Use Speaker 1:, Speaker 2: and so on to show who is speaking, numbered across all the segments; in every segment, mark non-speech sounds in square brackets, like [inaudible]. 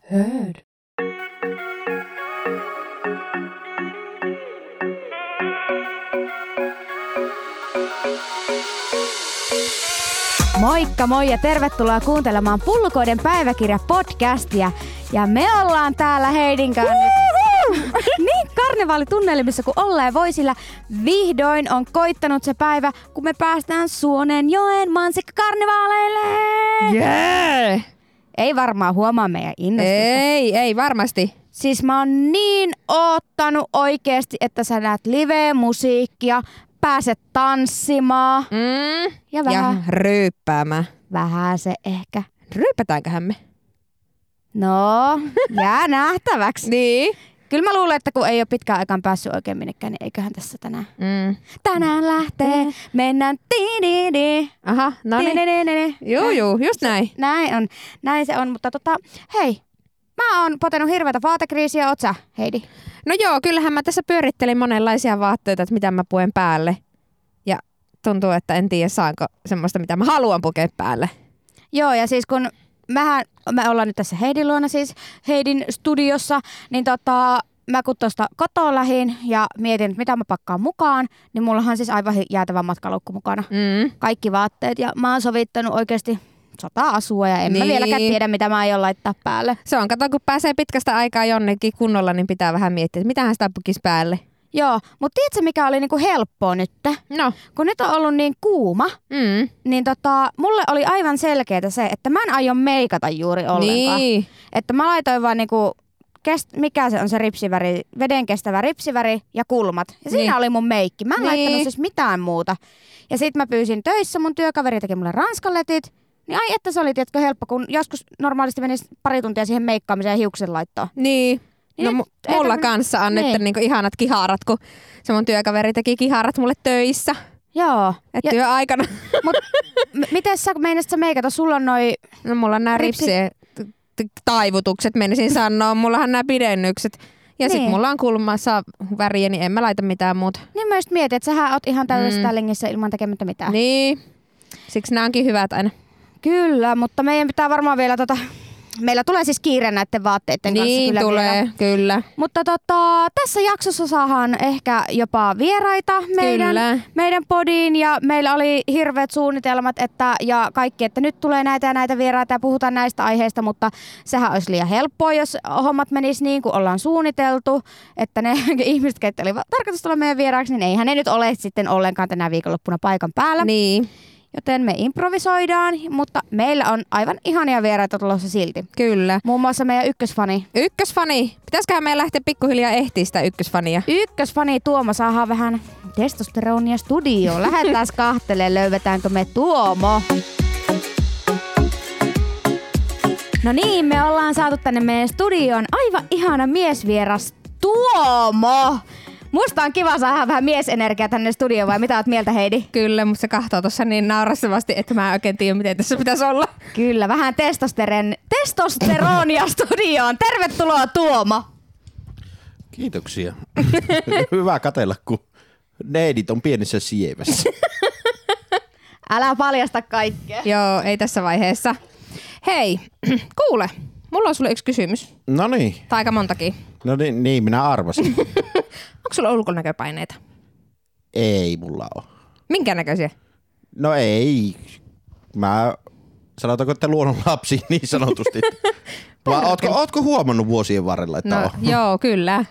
Speaker 1: hörd. Moikka moi ja tervetuloa kuuntelemaan Pullukoiden päiväkirja podcastia. Ja me ollaan täällä Heidin kanssa nyt. niin karnevaalitunnelmissa kuin ollaan voi, sillä vihdoin on koittanut se päivä, kun me päästään Suonen joen mansikkakarnevaaleille.
Speaker 2: Jee!
Speaker 1: Ei varmaan huomaa meidän innostusta.
Speaker 2: Ei, ei varmasti.
Speaker 1: Siis mä oon niin oottanut oikeesti, että sä näet live-musiikkia, pääset tanssimaan
Speaker 2: Mm.
Speaker 1: ja
Speaker 2: Ja
Speaker 1: vähän,
Speaker 2: ryyppäämään.
Speaker 1: vähän se ehkä.
Speaker 2: Ryypätäänköhän me?
Speaker 1: No, [laughs] jää nähtäväksi.
Speaker 2: Niin.
Speaker 1: Kyllä mä luulen, että kun ei ole pitkään aikaan päässyt oikein minnekään, niin eiköhän tässä tänään.
Speaker 2: Mm.
Speaker 1: Tänään lähtee, mennään tiididi.
Speaker 2: Aha, no niin.
Speaker 1: tiididididi.
Speaker 2: Juu, juu, just näin.
Speaker 1: Näin on, näin se on, mutta tota, hei, mä oon potenut hirveätä vaatekriisiä, oot sä, Heidi?
Speaker 2: No joo, kyllähän mä tässä pyörittelin monenlaisia vaatteita, että mitä mä puen päälle. Ja tuntuu, että en tiedä saanko semmoista, mitä mä haluan pukea päälle.
Speaker 1: Joo, ja siis kun mähän, me ollaan nyt tässä Heidin luona siis, Heidin studiossa, niin tota, mä kun tuosta kotoa lähin ja mietin, että mitä mä pakkaan mukaan, niin mullahan on siis aivan hi- jäätävä matkalaukku mukana.
Speaker 2: Mm.
Speaker 1: Kaikki vaatteet ja mä oon sovittanut oikeasti sata asua ja en niin. mä
Speaker 2: Niin.
Speaker 1: vieläkään tiedä, mitä mä aion laittaa päälle.
Speaker 2: Se on, kato kun pääsee pitkästä aikaa jonnekin kunnolla, niin pitää vähän miettiä, että mitähän sitä pukisi päälle.
Speaker 1: Joo, mutta tiedätkö mikä oli niinku helppoa nyt?
Speaker 2: No,
Speaker 1: Kun nyt on ollut niin kuuma,
Speaker 2: mm.
Speaker 1: niin tota, mulle oli aivan selkeää se, että mä en aio meikata juuri ollenkaan.
Speaker 2: Niin.
Speaker 1: Että mä laitoin vaan niinku, kest, mikä se on se ripsiväri, veden kestävä ripsiväri ja kulmat. Ja siinä
Speaker 2: Niin.
Speaker 1: oli mun meikki. Mä en
Speaker 2: Niin.
Speaker 1: laittanut siis mitään muuta. Ja sit mä pyysin töissä, mun työkaveri teki mulle ranskaletit. Niin ai että se oli, tiedätkö, helppo, kun joskus normaalisti menisi pari tuntia siihen meikkaamiseen ja hiuksen laittoon.
Speaker 2: Niin.
Speaker 1: Niin
Speaker 2: No
Speaker 1: nyt
Speaker 2: mu-
Speaker 1: ei
Speaker 2: mulla
Speaker 1: tarvitse-
Speaker 2: kanssa on
Speaker 1: Niin.
Speaker 2: nyt niinku ihanat kiharat, kun se mun työkaveri teki kiharat mulle töissä.
Speaker 1: Joo.
Speaker 2: Et
Speaker 1: Ja-
Speaker 2: ja. työaikana.
Speaker 1: [laughs] Mut m- miten sä meinasit sä meikata? Sulla on noi...
Speaker 2: No mulla on nämä
Speaker 1: Ripsi-
Speaker 2: ripsien t- t- taivutukset, menisin sanoa. Mullahan nämä pidennykset. Ja sit
Speaker 1: Niin.
Speaker 2: mulla on kulmassa väriä, niin en mä laita mitään muuta.
Speaker 1: Niin mä just mietin, että sähän oot ihan täydessä
Speaker 2: Mm.
Speaker 1: mm. ilman tekemättä mitään.
Speaker 2: Niin. Siksi nämä onkin hyvät aina.
Speaker 1: Kyllä, mutta meidän pitää varmaan vielä tota... Meillä tulee siis kiire näiden vaatteiden kanssa
Speaker 2: niin
Speaker 1: kyllä
Speaker 2: tulee,
Speaker 1: vielä.
Speaker 2: kyllä.
Speaker 1: Mutta tota, tässä jaksossa saadaan ehkä jopa vieraita meidän,
Speaker 2: Kyllä.
Speaker 1: meidän podiin ja meillä oli hirveät suunnitelmat että, ja kaikki, että nyt tulee näitä ja näitä vieraita ja puhutaan näistä aiheista, mutta sehän olisi liian helppoa, jos hommat menisi niin kuin ollaan suunniteltu, että ne [laughs] ihmiset, ketkä oli tarkoitus tulla meidän vieraaksi, niin eihän ne nyt ole sitten ollenkaan tänä viikonloppuna paikan päällä.
Speaker 2: Niin,
Speaker 1: Joten me improvisoidaan, mutta meillä on aivan ihania vieraita tulossa silti.
Speaker 2: kyllä.
Speaker 1: Muun muassa meidän ykkösfani.
Speaker 2: Ykkösfani. Pitäisiköhän meidän lähteä pikkuhiljaa ehtiä sitä ykkösfania?
Speaker 1: Ykkösfani Tuomo saadaan vähän testosteronia studioon. [laughs] Lähdetään kahteleen, löydetäänkö me Tuomo. No niin, me ollaan saatu tänne meidän studioon aivan ihana miesvieras Tuomo. Musta on kiva saada vähän miesenergiaa tänne studioon, vai mitä oot mieltä Heidi?
Speaker 2: Kyllä, mutta se kahtoo tuossa niin naurastavasti, että mä en oikein tiedä, miten tässä pitäisi olla.
Speaker 1: Kyllä, vähän testosteren, testosteronia studioon. Tervetuloa Tuomo.
Speaker 3: Kiitoksia. [laughs] Hyvä katella, kun neidit on pienessä sievässä.
Speaker 1: Älä paljasta kaikkea.
Speaker 2: Joo, ei tässä vaiheessa. Hei, [clears throat] kuule, mulla on sulle yksi kysymys,
Speaker 3: No niin,
Speaker 2: tai aika montakin.
Speaker 3: no niin, niin minä arvasin.
Speaker 2: Onko sulla ulkonäköpaineita?
Speaker 3: Ei mulla ole.
Speaker 2: Minkä näköisiä?
Speaker 3: No ei. Mä sanotaanko, että luonnon lapsi niin sanotusti. Vai ootko, ootko huomannut vuosien varrella, että no.
Speaker 2: No,
Speaker 3: on?
Speaker 2: [laughs] joo, kyllä.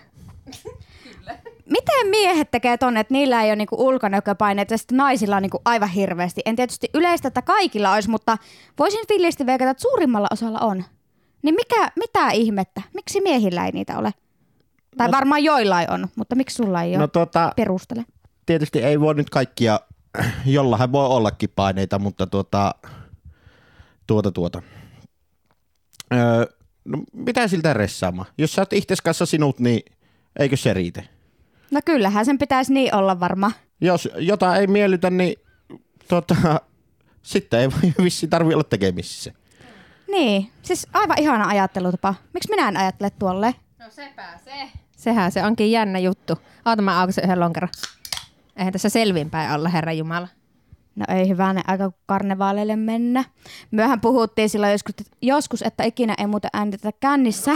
Speaker 1: Miten miehet tekee ton, että niillä ei ole niinku ulkonäköpaineita ja sitten naisilla on niinku aivan hirveästi? En tietysti yleistä, että kaikilla olisi, mutta voisin villisti veikata, että suurimmalla osalla on. Niin mikä, mitä ihmettä? Miksi miehillä ei niitä ole? Tai varmaan joillain on, mutta miksi sulla ei ole?
Speaker 3: No tota,
Speaker 1: Perustele.
Speaker 3: tietysti ei voi nyt kaikkia, [clears throat] jollahan voi ollakin paineita, mutta tuota, tuota, tuota. Öö, no mitä siltä ressaamaan? Jos sä oot ihtes kanssa sinut, niin eikö se riitä?
Speaker 1: No kyllähän sen pitäisi niin olla varmaan.
Speaker 3: Jos jotain ei miellytä, niin tota, [laughs] sitten ei [laughs] vissi tarvi olla tekemisissä.
Speaker 1: Niin, siis aivan ihana ajattelutapa. Miksi minä en ajattele tuolle?
Speaker 2: No sepä se. Sehän se onkin jännä juttu. Oota mä aukasen yhden lonkeron. Eihän tässä selvinpäin olla, herra Jumala.
Speaker 1: No ei hyvänä aika kun karnevaaleille mennä. Myöhän puhuttiin silloin joskus, että, joskus, että ikinä ei muuten äänitetä kännissä. [laughs]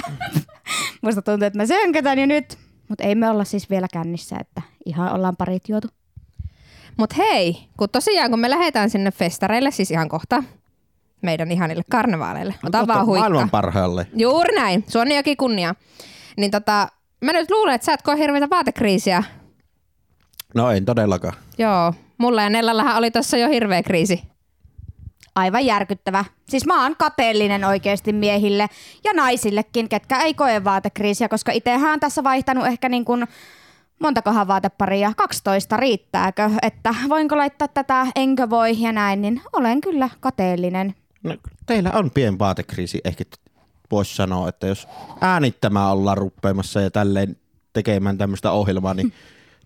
Speaker 1: Musta tuntuu, että me sönkätään jo nyt. Mutta ei me olla siis vielä kännissä, että ihan ollaan parit juotu.
Speaker 2: Mut hei, kun tosiaan kun me lähdetään sinne festareille, siis ihan kohta meidän ihanille karnevaaleille. Ota
Speaker 3: No, Totta,
Speaker 2: vaan huikka.
Speaker 3: Tuota, Maailman parhaalle.
Speaker 2: Juuri näin, Suonenjoki kunnia. Niin tota, mä nyt luulen, että sä et koe hirveitä vaatekriisiä.
Speaker 3: No en todellakaan.
Speaker 2: Joo, mulla ja Nellallahan oli tossa jo hirveä kriisi.
Speaker 1: Aivan järkyttävä. Siis mä oon kateellinen oikeasti miehille ja naisillekin, ketkä ei koe vaatekriisiä, koska itsehän on tässä vaihtanut ehkä niin kuin montakohan vaateparia, 12 riittääkö, että voinko laittaa tätä, enkö voi ja näin, niin olen kyllä kateellinen.
Speaker 3: No, teillä on pieni vaatekriisi, ehkä voisi sanoa, että jos äänittämään ollaan ruppeamassa ja tälleen tekemään tämmöistä
Speaker 1: [laughs]
Speaker 3: ohjelmaa, niin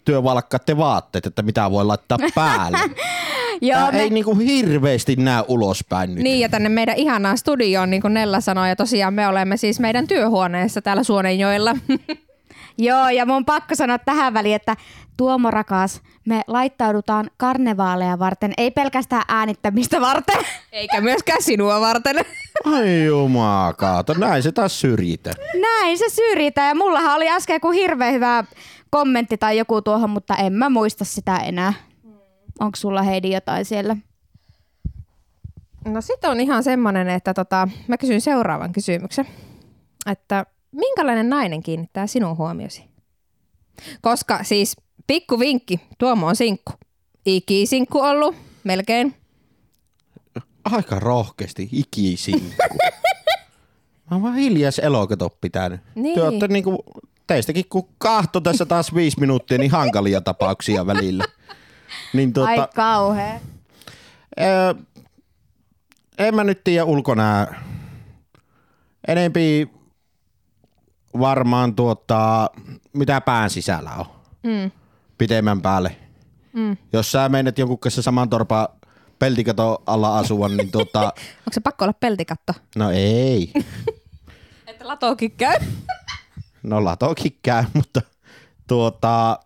Speaker 3: työ valkkaatte vaatteet, että mitä voi laittaa päälle. Tää
Speaker 1: [laughs] Joo, me,
Speaker 3: ei niinku hirveästi näe ulospäin nyt.
Speaker 2: Niin ja tänne meidän ihanaan studioon, niin kuin Nella sanoi, ja tosiaan me olemme siis meidän työhuoneessa täällä Suonenjoella. [laughs]
Speaker 1: joo, ja mun on pakko sanoa tähän väliin, että Tuomo rakas, me laittaudutaan karnevaaleja varten, ei pelkästään äänittämistä varten.
Speaker 2: Eikä myöskään sinua varten. [laughs]
Speaker 3: Ai jumakaata, näin se taas syrjitä.
Speaker 1: Näin se syrjitään ja mullahan oli äsken joku hirveän hyvä kommentti tai joku tuohon, mutta en mä muista sitä enää. Onko sulla Heidi jotain siellä?
Speaker 2: No sit on ihan semmonen, että tota, mä kysyn seuraavan kysymyksen. Että minkälainen nainen kiinnittää sinun huomiosi? Koska siis pikku vinkki, Tuomo on sinkku. Ikisinkku ollut, melkein.
Speaker 3: Aika rohkeasti,
Speaker 1: [laughs]
Speaker 3: ikisinkku. Mä oon vaan hiljais elokato pitänyt.
Speaker 2: Niin.
Speaker 3: Te ootte niinku, teistäkin kun kahto tässä taas viisi minuuttia, niin hankalia tapauksia välillä. Niin
Speaker 1: Tuota... Ai
Speaker 3: tuota,
Speaker 1: kauhea.
Speaker 3: Öö, en mä nyt tiedä ulkonää. Enempi varmaan tuota, mitä pään sisällä on.
Speaker 2: Mm.
Speaker 3: Pitemmän päälle.
Speaker 2: Mm.
Speaker 3: Jos sä menet jonkun kanssa saman torpan peltikaton alla asua, niin tuota,
Speaker 2: Onko se pakko olla peltikatto?
Speaker 3: no ei.
Speaker 2: Että latokin käy.
Speaker 3: No latokin käy, [laughs] mutta tuota,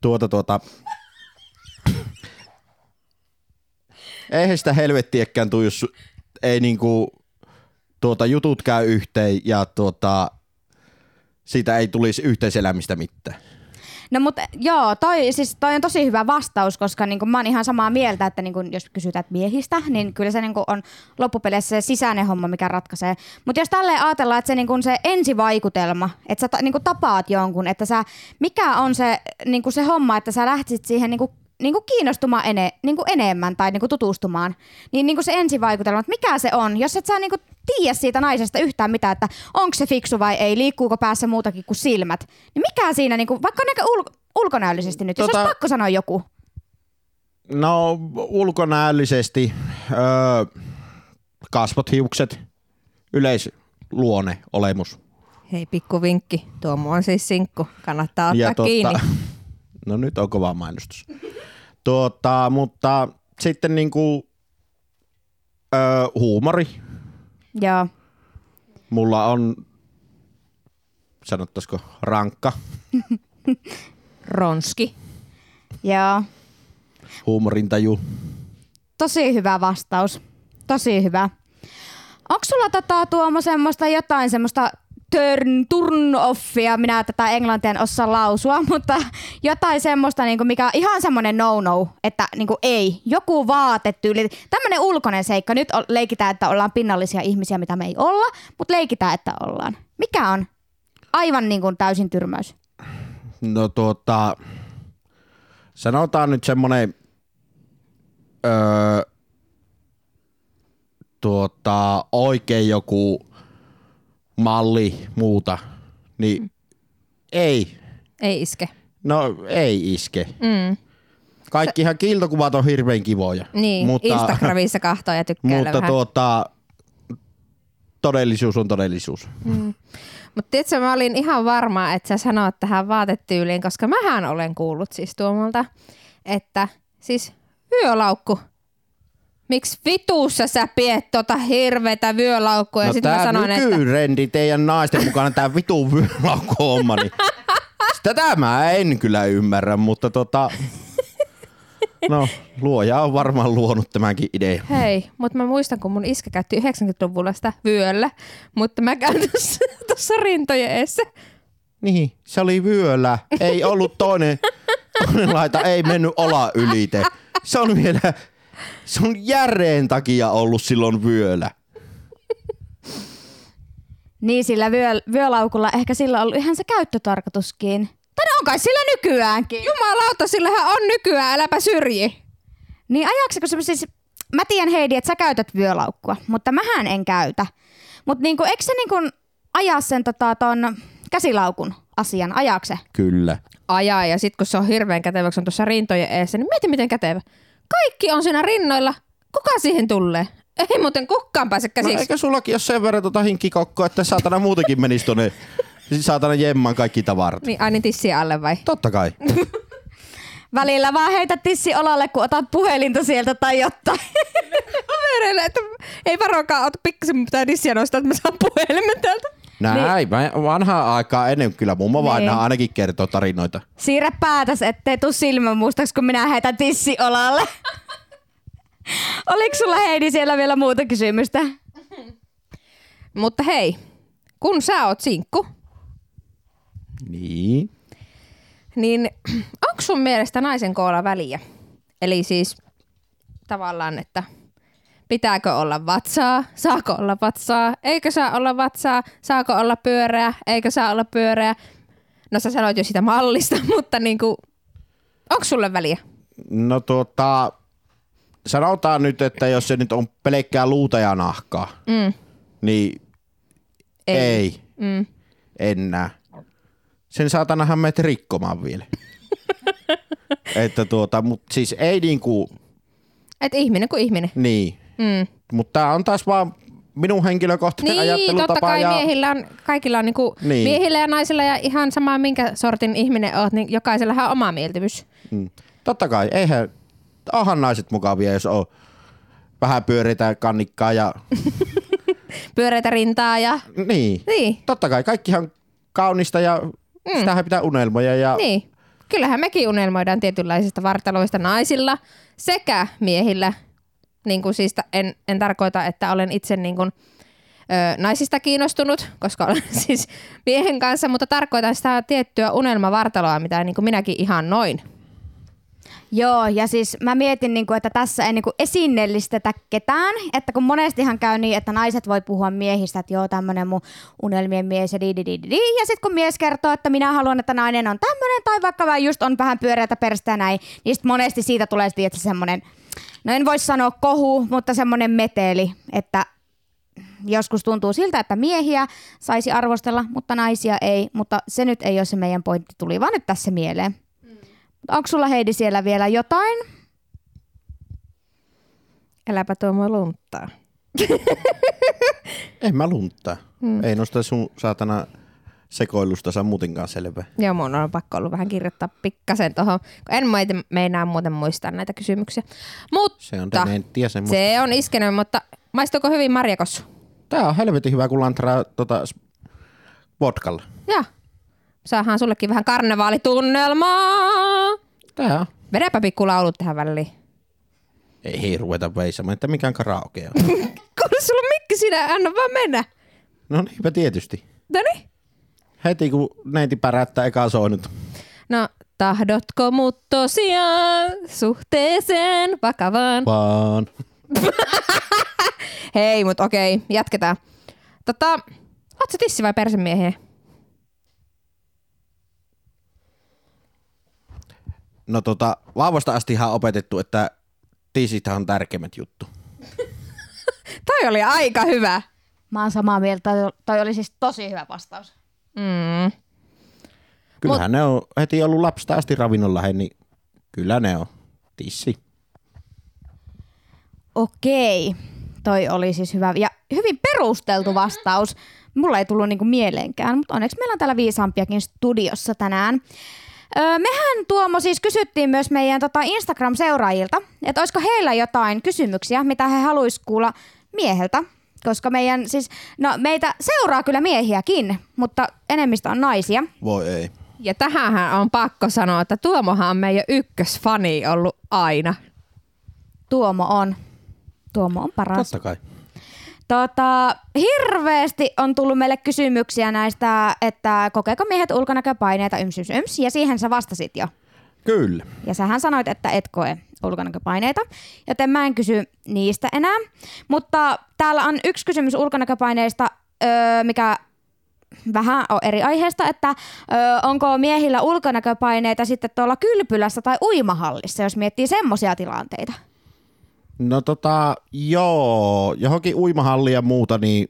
Speaker 3: tuota, tuota. Eihän sitä helvettiäkään tuu, jos su- ei niinku, tuota, jutut käy yhteen ja tuota, siitä ei tulisi yhteiselämistä mitään.
Speaker 1: No mutta joo, toi, siis toi on tosi hyvä vastaus, koska niin mä oon ihan samaa mieltä, että niin jos kysytään että miehistä, niin kyllä se niin on loppupeleissä se sisäinen homma, mikä ratkaisee. Mutta jos tälleen ajatellaan, että se, niin se ensivaikutelma, että sä ta, niin tapaat jonkun, että sä, mikä on se, niin se homma, että sä lähtisit siihen niin niin kuin kiinnostumaan ene, niin kuin enemmän tai niin kuin tutustumaan, niin, niin kuin se ensivaikutelma, että mikä se on, jos et sä niin kuin tiedä siitä naisesta yhtään mitään, että onko se fiksu vai ei, liikkuuko päässä muutakin kuin silmät, niin mikä siinä, niin kuin, vaikka näkö ul- ulkonäöllisesti nyt, jos
Speaker 3: Tota-
Speaker 1: olisi pakko sanoa joku.
Speaker 3: No ulkonäöllisesti öö, kasvot, hiukset, yleisluone, olemus.
Speaker 2: Hei, pikku vinkki. Tuomo on siis sinkku. Kannattaa ottaa kiinni.
Speaker 3: tota, [laughs] No nyt on kova mainostus. Tuota, mutta sitten niinku, ö, huumori.
Speaker 1: Joo.
Speaker 3: Mulla on, sanottaisiko, rankka
Speaker 2: Ronski.
Speaker 1: Joo.
Speaker 3: huumorintaju.
Speaker 1: Tosi hyvä vastaus. Tosi hyvä. Onko sulla tota, Tuomo semmoista jotain semmoista turn, turn offia, minä tätä englantia en osaa lausua, [laughs] mutta jotain semmoista, niinku, mikä on ihan semmoinen no-no, että niinku, ei, joku vaatetyyli, tämmöinen ulkoinen seikka, nyt o- leikitään, että ollaan pinnallisia ihmisiä, mitä me ei olla, mutta leikitään, että ollaan. Mikä on aivan niinku, täysin tyrmäys?
Speaker 3: No tuota, sanotaan nyt semmonen, öö, tuota, oikein joku malli muuta, niin ei,
Speaker 2: Ei iske.
Speaker 3: no ei iske.
Speaker 2: Mm.
Speaker 3: Kaikkihan kiiltokuvat on hirveän kivoja.
Speaker 2: Niin, mutta,
Speaker 3: Mutta,
Speaker 2: Instagramissa kahtoo ja tykkäillä
Speaker 3: mutta
Speaker 2: vähän.
Speaker 3: tuota, todellisuus on todellisuus.
Speaker 2: Mutta tiedätkö, mä olin ihan varma, että sä sanoit tähän vaatetyyliin, koska mähän olen kuullut siis Tuomolta, että siis vyölaukku. Miksi vituussa sä piet tota hirvetä vyölaukkua? Ja
Speaker 3: no
Speaker 2: no, sitten mä
Speaker 3: tää
Speaker 2: sanoin, että
Speaker 3: nykyyrendi teidän naisten mukana, tää
Speaker 2: [laughs]
Speaker 3: vitun vyölaukko-homma, niin tätä mä en kyllä ymmärrä, mutta tota, tuota, No, luoja on varmaan luonut tämänkin idean.
Speaker 2: Hei, mutta mä muistan, kun mun iskä käytti 90-luvulla sitä vyöllä, mutta mä käyn [laughs] tuossa- tuossa rintojen eessä.
Speaker 3: Niin, se oli vyölä. Ei ollut toinen, toinen laita, ei mennyt ola ylite. Se on vielä, se on järeen takia ollut silloin vyölä.
Speaker 1: Niin sillä vyö, vyölaukulla ehkä sillä on ollut ihan se käyttötarkoituskin. Tai no on kai sillä nykyäänkin.
Speaker 2: Jumalauta, sillähän on nykyään, äläpä syrji.
Speaker 1: Niin ajakseko se siis, mä tiedän Heidi, että sä käytät vyölaukkua, mutta mähän en käytä. Mutta niinku, eikö se niinku ajaa sen tota, ton käsilaukun asian, ajakse?
Speaker 3: Kyllä.
Speaker 2: Ajaa, ja sit kun se on hirveän kätevä, kun se on tuossa rintojen eessä, niin mieti miten kätevä. Kaikki on siinä rinnoilla. Kuka siihen tulee? Ei muuten kukaan pääse
Speaker 3: No,
Speaker 2: käsiksi.
Speaker 3: eikä sullakin ole sen verran tota hinkkikokkoa, että saatana muutenkin menisi tonne saatana jemman kaikki tavarat.
Speaker 2: Niin aina tissiä alle vai?
Speaker 3: Totta kai.
Speaker 1: Välillä vaan heitä tissi olalle, kun otat puhelinta sieltä tai jotain. [laughs]
Speaker 2: Kavereille, että ei varokaa, ota pikkasen pitää tissiä nostaa, että mä saan puhelimen täältä.
Speaker 3: Näin, niin. vanhaa aikaa ennen kyllä mummo vaan
Speaker 1: Niin.
Speaker 3: ainakin kertoo tarinoita.
Speaker 1: Siirrä päätäs, ettei tuu silmän mustaksi, kun minä heitän tissi olalle. [laughs] Oliko sulla Heidi siellä vielä muuta kysymystä?
Speaker 2: Mutta hei, kun sä oot sinkku,
Speaker 3: Niin.
Speaker 2: niin [clears throat] onko sun mielestä naisen koolla väliä? Eli siis tavallaan, että pitääkö olla vatsaa, saako olla vatsaa, eikö saa olla vatsaa, saako olla pyöreä, eikö saa olla pyöreä. No sä sanoit jo sitä mallista, [laughs] mutta niinku, onko sulle väliä?
Speaker 3: No tota, sanotaan nyt, että jos se nyt on pelkkää luuta ja nahkaa,
Speaker 2: Mm.
Speaker 3: niin ei, ei
Speaker 2: Mm.
Speaker 3: enää. Sen saatanahan meet rikkomaan
Speaker 2: [laughs]
Speaker 3: vielä. että tuota, mut siis ei niinku,
Speaker 2: Et ihminen kuin ihminen.
Speaker 3: niin.
Speaker 2: Mm.
Speaker 3: Mutta tää on taas vaan minun henkilökohtainen
Speaker 2: Niin,
Speaker 3: ajattelutapa.
Speaker 2: totta kai
Speaker 3: ja...
Speaker 2: miehillä on, kaikilla on niinku,
Speaker 3: Niin.
Speaker 2: niin. miehillä ja naisilla ja ihan sama minkä sortin ihminen oot, niin jokaisellahan on oma mieltymys.
Speaker 3: Mm. Totta kai, eihän, onhan naiset mukavia, jos on vähän pyöreitä kannikkaa ja
Speaker 2: Pyöreitä rintaa ja...
Speaker 3: niin.
Speaker 2: Niin,
Speaker 3: Totta kai, kaikkihan on kaunista ja mm. sitähän pitää unelmoja ja niin.
Speaker 2: niin. Kyllähän mekin unelmoidaan tietynlaisista vartaloista naisilla sekä miehillä. Niin kuin siis ta- en, en tarkoita, että olen itse niin kuin, ö, naisista kiinnostunut, koska olen [laughs] siis miehen kanssa, mutta tarkoitan sitä tiettyä unelmavartaloa, mitä niin kuin minäkin ihan noin.
Speaker 1: Joo, ja siis mä mietin, niin kuin, että tässä ei niin kuin esineellistetä ketään, että kun monestihan käy niin, että naiset voi puhua miehistä, että joo, tämmönen mun unelmien mies ja di, di, di, di, di. ja sitten kun mies kertoo, että minä haluan, että nainen on tämmönen, tai vaikka vaan just on vähän pyöreätä perstä ja näin, niin sit monesti siitä tulee sitten semmonen, no en voi sanoa kohu, mutta semmonen meteli, että joskus tuntuu siltä, että miehiä saisi arvostella, mutta naisia ei, mutta se nyt ei ole se meidän pointti, tuli vaan nyt tässä mieleen. Onko sulla Heidi siellä vielä jotain?
Speaker 2: Äläpä tuo lunttaa.
Speaker 3: en mä luntta. Mm. Ei nosta sun saatana sekoilusta saa muutenkaan selvä.
Speaker 2: Joo, mun on pakko ollut vähän kirjoittaa pikkasen tuohon, kun en muuten- meinaa muuten muistaa näitä kysymyksiä. Mutta
Speaker 3: Se on
Speaker 2: Ta-
Speaker 3: dementtiä semmoista. Se...
Speaker 2: se on iskenyt, mutta maistuuko hyvin marjakossu?
Speaker 3: Tää on helvetin hyvä, kun lantraa tota, s- vodkalla.
Speaker 2: Joo. Saahan sullekin vähän karnevaalitunnelmaa.
Speaker 3: Tää on.
Speaker 2: Vedäpä pikku laulut tähän väliin.
Speaker 3: Ei ruveta veisamaan, että mikään karaoke on.
Speaker 2: Kun sulla on mikki sinä, anna vaan mennä. No niin.
Speaker 3: no niinpä tietysti.
Speaker 2: Noniin.
Speaker 3: Heti kun neiti päräyttää eka soinut.
Speaker 2: No, tahdotko mut tosiaan suhteeseen vakavaan?
Speaker 3: Vaan.
Speaker 2: Hei, mut okei, jatketaan. Tota, oot sä tissi vai persemiehiä?
Speaker 3: No tota, vauvasta astihan on opetettu, että tiisithän on tärkeimmät juttu.
Speaker 2: Toi oli aika hyvä.
Speaker 1: Mä oon samaa mieltä, toi- toi oli siis tosi hyvä vastaus.
Speaker 2: Mm.
Speaker 3: Kyllähän ne on heti ollut lapsesta asti ravinnolla, he, niin kyllä ne on. Tissi.
Speaker 1: Okei, toi oli siis hyvä ja hyvin perusteltu vastaus. Mulla ei tullut niinku mieleenkään, mutta onneksi meillä on täällä viisaampiakin studiossa tänään. Öö, mehän Tuomo siis kysyttiin myös meidän tota Instagram-seuraajilta, että olisiko heillä jotain kysymyksiä, mitä he haluaisivat kuulla mieheltä. Koska meidän siis, no meitä seuraa kyllä miehiäkin, mutta enemmistö on naisia.
Speaker 3: Voi ei.
Speaker 2: Ja tähänhän on pakko sanoa, että Tuomohan on meidän ykkösfani ollut aina.
Speaker 1: Tuomo on. Tuomo on paras.
Speaker 3: Totta kai.
Speaker 1: Tota, hirveästi on tullut meille kysymyksiä näistä, että kokeeko miehet ulkonäköpaineita yms, yms, yms, ja siihen sä vastasit jo.
Speaker 3: Kyllä.
Speaker 1: Ja sähän sanoit, että et koe ulkonäköpaineita, joten mä en kysy niistä enää. Mutta täällä on yksi kysymys ulkonäköpaineista, öö, mikä vähän on eri aiheesta, että öö, onko miehillä ulkonäköpaineita sitten tuolla kylpylässä tai uimahallissa, jos miettii semmoisia tilanteita.
Speaker 3: No tota, joo, johonkin uimahalliin ja muuta, niin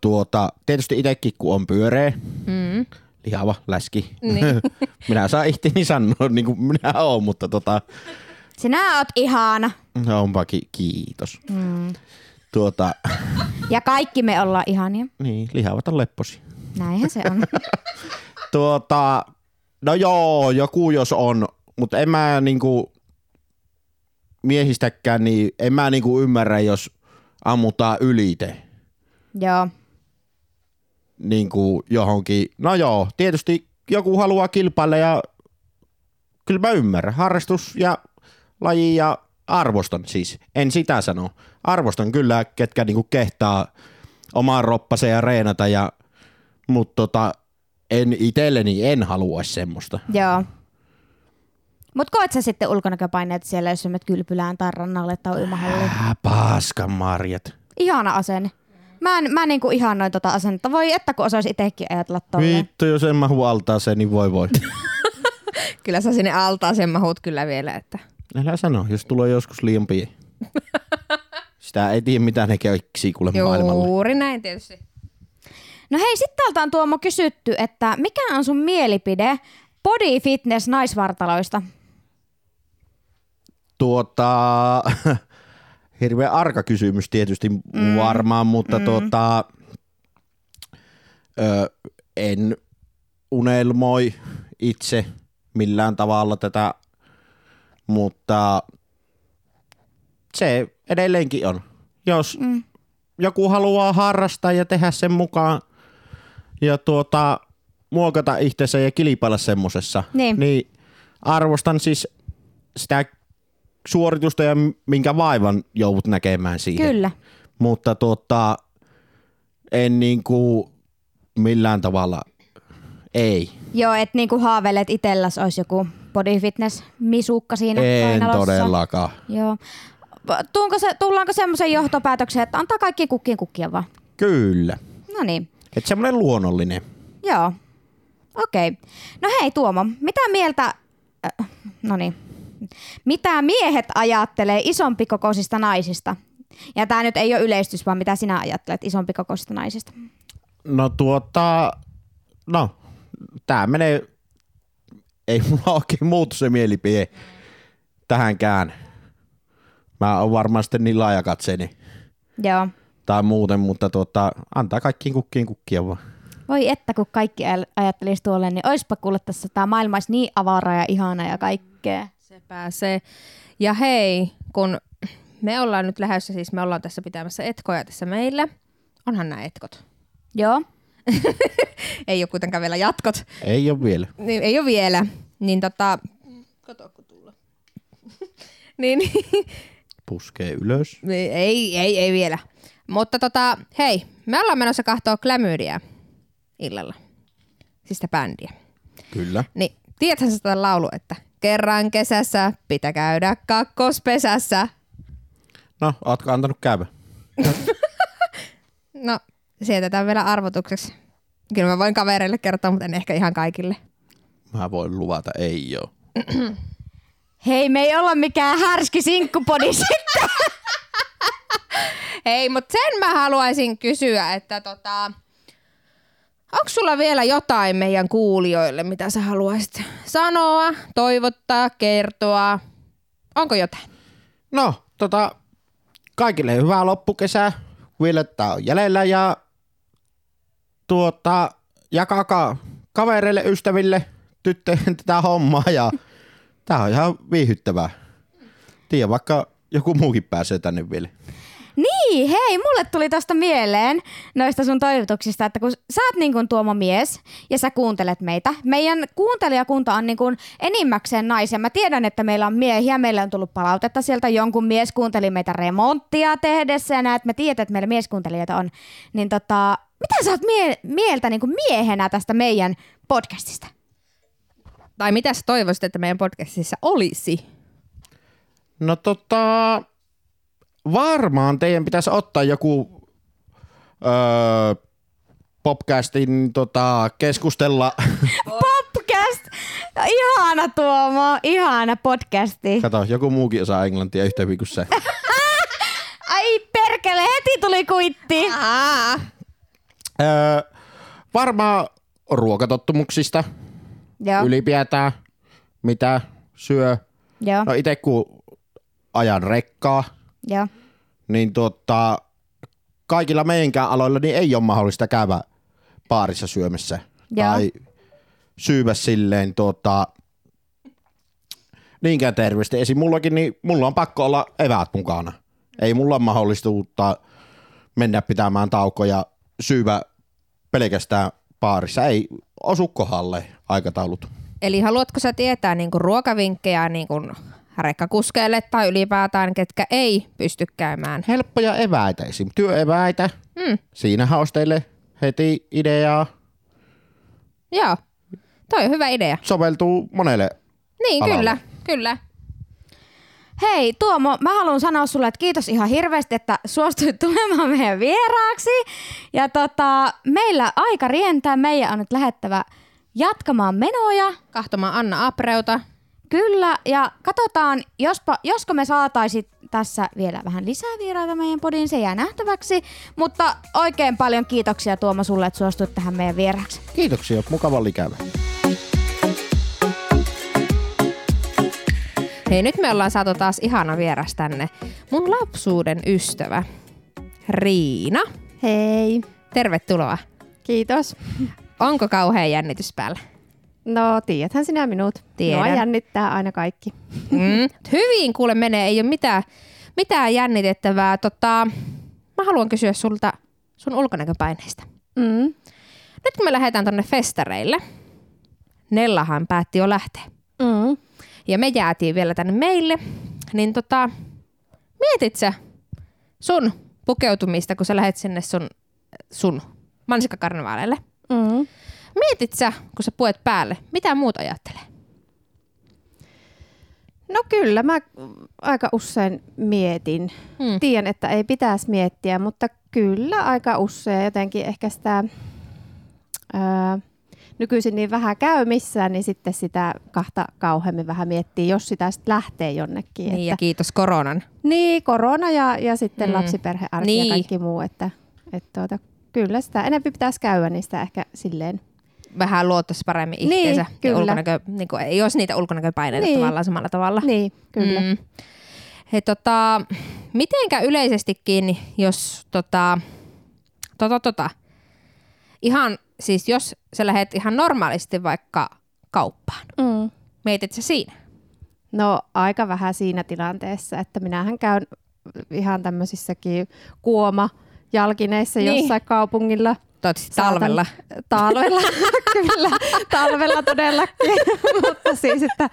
Speaker 3: tuota, tietysti itsekin kun on pyöreä,
Speaker 2: Mm.
Speaker 3: lihava, läski.
Speaker 2: Niin.
Speaker 3: [laughs] minä saan ihtini sanoa niin kuin minä oon, mutta tota,
Speaker 1: Sinä oot ihana.
Speaker 3: no onpakin kiitos.
Speaker 1: Mm.
Speaker 3: Tuota,
Speaker 1: Ja kaikki me ollaan ihania.
Speaker 3: niin, lihavat on lepposi.
Speaker 1: Näinhän se on.
Speaker 3: Tuota, no joo, joku jos on, mutta en mä niinku miehistäkään, niin en mä niinku ymmärrä, jos ammutaan ylite
Speaker 1: Joo.
Speaker 3: niinku johonkin. No joo, tietysti joku haluaa kilpailla ja kyllä mä ymmärrän. Harrastus ja laji ja arvostan siis. En sitä sano. Arvostan kyllä, ketkä niinku kehtaa omaan roppaseen ja reenata, ja, mutta tota, en itselleni en halua semmoista.
Speaker 1: Joo. Mut koet sä sitten ulkonäköpaineet siellä, jos sä menet kylpylään tai rannalle tai uimahalliin?
Speaker 3: Äh, paskan marjat.
Speaker 1: Ihana asenne. Mä, en, mä niinku ihannoin tota asennetta. Voi että kun osais itsekin ajatella tolleen.
Speaker 3: Vittu, jos en mahu altaaseen, niin voi voi.
Speaker 2: Kyllä sä sinne altaaseen mahut kyllä vielä, että
Speaker 3: Älä sano, jos tulee joskus liian pieni. Sitä ei tiedä, mitä ne keksii kuule maailmalla.
Speaker 2: juuri näin tietysti.
Speaker 1: No hei, sit täältä on Tuomo kysytty, että mikä on sun mielipide body fitness naisvartaloista?
Speaker 3: Tuota, [laughs] hirveän arka kysymys tietysti mm. varmaan, mutta mm. tuota, ö, en unelmoi itse millään tavalla tätä, mutta se edelleenkin on. Jos mm. joku haluaa harrastaa ja tehdä sen mukaan ja tuota, muokata itsensä ja kilpailla semmosessa,
Speaker 1: Niin.
Speaker 3: niin arvostan siis sitä suoritusta ja minkä vaivan joudut näkemään siihen.
Speaker 1: Kyllä.
Speaker 3: Mutta tuota, en niinku millään tavalla, ei.
Speaker 1: Joo, et niinku haaveilet itelläs olisi joku body fitness misukka siinä
Speaker 3: En
Speaker 1: kainalossa.
Speaker 3: todellakaan.
Speaker 1: Joo. Tuunko se, tullaanko semmoisen johtopäätökseen, että antaa kaikki kukkien kukkia vaan?
Speaker 3: Kyllä.
Speaker 1: No niin,
Speaker 3: Et semmonen luonnollinen.
Speaker 1: joo. Okei. No hei Tuomo, mitä mieltä... Äh, no niin. Mitä miehet ajattelee isompikokoisista naisista? Ja tämä nyt ei ole yleistys, vaan mitä sinä ajattelet isompikokoisista naisista.
Speaker 3: No tuota, no, tää menee, ei mulla [laughs] oikein muutu se mielipide tähänkään. Mä oon varmaan sitten niin laajakatseeni
Speaker 1: Joo.
Speaker 3: tai muuten, mutta tuota, antaa kaikkiin kukkiin kukkia vaan.
Speaker 1: Voi että, kun kaikki aj- ajattelisi tuolle, niin oispa kuule tässä tämä maailma olisi niin avara ja ihana ja kaikkea.
Speaker 2: Se pääsee. Ja hei, kun me ollaan nyt lähdössä, siis me ollaan tässä pitämässä etkoja tässä meillä. Onhan nämä etkot.
Speaker 1: Joo.
Speaker 2: Ei ole kuitenkaan vielä jatkot.
Speaker 3: Ei ole vielä.
Speaker 2: Niin, ei ole vielä. Niin tota... Kato, kun tulla. [laughs] niin, [laughs]
Speaker 3: Puskee ylös.
Speaker 2: ei, ei, ei vielä. Mutta tota, hei, me ollaan menossa katsoa Glamyydiä illalla. Siis sitä bändiä.
Speaker 3: Kyllä.
Speaker 2: Niin, tiedätkö sä tätä laulu, että kerran kesässä pitää käydä kakkospesässä.
Speaker 3: No, ootko antanut käydä?
Speaker 2: No, se jätetään vielä arvotukseksi. Kyllä mä voin kavereille kertoa, mutta en ehkä ihan kaikille.
Speaker 3: Mä voin luvata, ei oo.
Speaker 1: Hei, me ei olla mikään härski sinkkupodi [laughs] sitten.
Speaker 2: Hei, mutta sen mä haluaisin kysyä, että tota, onko sulla vielä jotain meidän kuulijoille, mitä sä haluaisit sanoa, toivottaa, kertoa? Onko jotain?
Speaker 3: No, tota, kaikille hyvää loppukesää. Viilettä on jäljellä ja tuota, jakakaa kavereille, ystäville, tyttöjen tätä hommaa ja tää on ihan viihyttävää. Tiedä, vaikka joku muukin pääsee tänne vielä.
Speaker 1: niin, Niin, hei, mulle tuli tosta mieleen noista sun toivotuksista, että kun sä oot niin kuin Tuomo mies ja sä kuuntelet meitä. Meidän kuuntelijakunta on niin kuin enimmäkseen naisia. Mä tiedän, että meillä on miehiä, meillä on tullut palautetta sieltä. Jonkun mies kuunteli meitä remonttia tehdessä ja näet, me tiedät, että meillä mieskuuntelijoita on. Niin tota, mitä sä oot mie- mieltä niin kuin miehenä tästä meidän podcastista?
Speaker 2: Tai mitä sä toivoisit, että meidän podcastissa olisi?
Speaker 3: No tota, varmaan teidän pitäisi ottaa joku öö, podcastin tota, keskustella. [laughs]
Speaker 1: Podcast! No, Ihana Tuomo, ihana podcasti.
Speaker 3: Kato, joku muukin osaa englantia yhtä hyvin kuin se.
Speaker 1: Ai perkele, heti tuli kuitti.
Speaker 2: Ah. Aa,
Speaker 3: Öö, varmaan ruokatottumuksista
Speaker 1: Joo,
Speaker 3: ylipäätään, mitä syö.
Speaker 1: joo,
Speaker 3: No itse kun ajan rekkaa,
Speaker 1: joo.
Speaker 3: niin tota, kaikilla meidänkään aloilla niin ei ole mahdollista käydä baarissa syömässä.
Speaker 1: Joo.
Speaker 3: Tai syödä silleen tota, niinkään terveesti. Esim. mullakin, niin mulla on pakko olla eväät mukana. Ei mulla ole mahdollisuutta mennä pitämään taukoja syyvä pelkästään baarissa. Ei osu kohdalle aikataulut.
Speaker 2: Eli haluatko sä tietää niin kuin ruokavinkkejä niin kuin rekkakuskeille tai ylipäätään, ketkä ei pysty käymään?
Speaker 3: Helppoja eväitä esim. Työeväitä.
Speaker 2: Mm.
Speaker 3: Siinähän olisi teille heti ideaa.
Speaker 2: Joo, toi on hyvä idea.
Speaker 3: Soveltuu monelle
Speaker 2: Niin,
Speaker 3: Alalle.
Speaker 2: kyllä, kyllä.
Speaker 1: Hei Tuomo, mä haluan sanoa sulle, että kiitos ihan hirveästi, että suostuit tulemaan meidän vieraaksi. Ja tota, meillä aika rientää, meidän on nyt lähettävä jatkamaan menoja.
Speaker 2: Kahtomaan Anna Apreuta.
Speaker 1: Kyllä, ja katsotaan, jospa, josko me saataisiin tässä vielä vähän lisää vieraita meidän podiin, se jää nähtäväksi. Mutta oikein paljon kiitoksia Tuomo sulle, että suostuit tähän meidän vieraaksi.
Speaker 3: Kiitoksia, mukava oli käydä.
Speaker 2: Hei, nyt me ollaan saatu taas ihana vieras tänne. Mun lapsuuden ystävä, Riina.
Speaker 4: Hei,
Speaker 2: Tervetuloa.
Speaker 4: kiitos.
Speaker 2: Onko kauhean jännitys päällä?
Speaker 4: No, tiedäthän sinä minut.
Speaker 2: Tiedän.
Speaker 4: Mua jännittää aina kaikki.
Speaker 2: Mm. Hyvin kuule menee, ei ole mitään, mitään jännitettävää. Tota, mä haluan kysyä sulta sun ulkonäköpaineista.
Speaker 4: Mm.
Speaker 2: Nyt kun me lähdetään tonne festareille, Nellahan päätti jo lähteä.
Speaker 4: Mm.
Speaker 2: Ja me jäätiin vielä tänne meille. Niin tota, mietit sä sun pukeutumista, kun sä lähet sinne sun, sun mansikkakarnevaaleille?
Speaker 4: Mm.
Speaker 2: Mietit sä, kun sä puet päälle, mitä muut ajattelee?
Speaker 4: Niin, No kyllä, mä aika usein mietin.
Speaker 2: Mm.
Speaker 4: Tiedän, että ei pitäisi miettiä, mutta kyllä aika usein jotenkin ehkä sitä ää, nykyisin niin vähän käy missään, niin sitten sitä kahta kauheammin vähän miettii, jos sitä sitten lähtee jonnekin.
Speaker 2: Niin, ja
Speaker 4: että,
Speaker 2: kiitos koronan.
Speaker 4: niin korona ja, ja sitten
Speaker 2: Mm.
Speaker 4: mm. lapsiperhearki
Speaker 2: Niin.
Speaker 4: ja kaikki muu, että, että tuota, kyllä sitä enempi pitäisi käydä, niin sitä ehkä silleen
Speaker 2: Vähän luottaisi paremmin
Speaker 4: Niin,
Speaker 2: itseensä. ja
Speaker 4: kyllä.
Speaker 2: Ulkonäkö, niin kuin, ei olisi niitä ulkonäköpaineita
Speaker 4: Niin.
Speaker 2: tavallaan samalla tavalla.
Speaker 4: Niin, kyllä. Mm.
Speaker 2: Mm. He, tota, mitenkä yleisestikin, jos tota, tota, tota, ihan, siis jos sä lähet ihan normaalisti vaikka kauppaan,
Speaker 4: Mm.
Speaker 2: mietit sä siinä?
Speaker 4: No aika vähän siinä tilanteessa, että minähän käyn ihan tämmöisissäkin kuoma jalkineissa
Speaker 2: Niin.
Speaker 4: niin. jossain kaupungilla. [laughs]
Speaker 2: Toivottavasti
Speaker 4: Saatan-
Speaker 2: siis talvella.
Speaker 4: Talvella, kyllä. Talvella todellakin. [laughs] Mutta siis, että,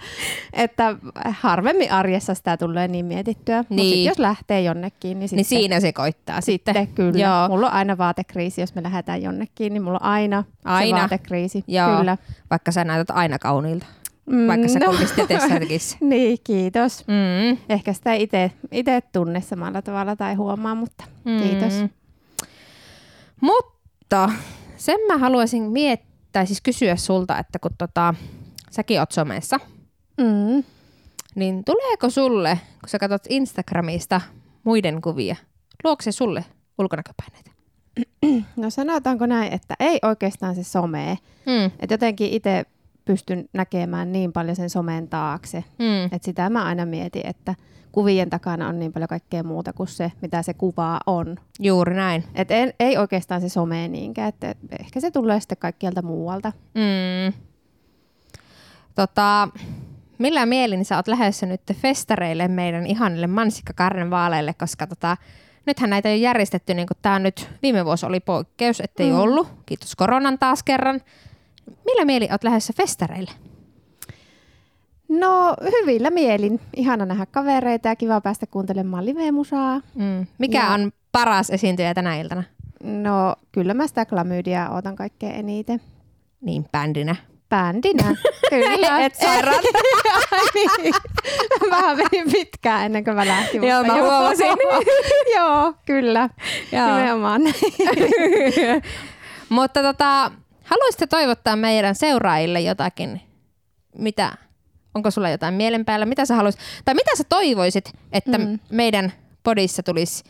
Speaker 4: että harvemmin arjessa sitä tulee niin mietittyä. Mutta
Speaker 2: Niin.
Speaker 4: sit jos lähtee jonnekin, niin sitten,
Speaker 2: [laughs] Niin siinä se koittaa sitten.
Speaker 4: sitten, kyllä.
Speaker 2: Joo.
Speaker 4: Joo. Mulla on aina vaatekriisi, jos me lähdetään jonnekin, niin mulla on aina,
Speaker 2: Aina.
Speaker 4: se vaatekriisi.
Speaker 2: Joo,
Speaker 4: Kyllä.
Speaker 2: Vaikka sä näytät aina kauniilta,
Speaker 4: Mm,
Speaker 2: vaikka sä
Speaker 4: no. [laughs]
Speaker 2: kuulisit etessä
Speaker 4: Niin, kiitos.
Speaker 2: mm.
Speaker 4: Ehkä sitä ei itse tunne samalla tavalla tai huomaa, mutta
Speaker 2: Mm.
Speaker 4: kiitos.
Speaker 2: Mutta sen mä haluaisin miettää, siis kysyä sulta, että kun tota, säkin oot somessa,
Speaker 4: Mm.
Speaker 2: niin tuleeko sulle, kun sä katsot Instagramista muiden kuvia, luokse se sulle ulkonäköpaineita?
Speaker 4: No sanotaanko näin, että ei oikeastaan se some.
Speaker 2: Mm,
Speaker 4: Et jotenkin itse pystyn näkemään niin paljon sen somen taakse.
Speaker 2: mm,
Speaker 4: Et sitä mä aina mietin, että kuvien takana on niin paljon kaikkea muuta kuin se, mitä se kuvaa on.
Speaker 2: juuri näin.
Speaker 4: Et en, ei oikeastaan se some niinkään. Et ehkä se tulee sitten kaikkialta muualta.
Speaker 2: Mm. Tota, niin millä mielin sä oot lähdössä nyt festareille meidän ihanille mansikkakarnevaaleille, koska tota, nythän näitä ei ole järjestetty, niin kuin tämä nyt viime vuosi oli poikkeus, ettei mm. ollut. Kiitos koronan taas kerran. Millä mieli oot lähdössä festareille?
Speaker 4: No hyvillä mielin. Ihana nähdä kavereita ja kiva päästä kuuntelemaan live-musaa.
Speaker 2: Mm. Mikä
Speaker 4: Joo.
Speaker 2: on paras esiintyjä tänä iltana?
Speaker 4: No kyllä mä sitä klamyydiaa ootan kaikkein eniten.
Speaker 2: Niin, bändinä. [laughs]
Speaker 4: Bändinä, kyllä.
Speaker 2: Et sairaan.
Speaker 4: Ai [laughs] niin. Vähän meni pitkään ennen kuin mä lähtin.
Speaker 2: Joo,
Speaker 4: mutta
Speaker 2: mä huomasin.
Speaker 4: [laughs] joo, kyllä.
Speaker 2: Joo.
Speaker 4: Joo. Nimenomaan
Speaker 2: Mutta tota, haluaisitte toivottaa meidän seuraajille jotakin, mitä, onko sulla jotain mielen päällä, mitä sä haluaisit, tai mitä sä toivoisit, että mm. meidän podissa tulisi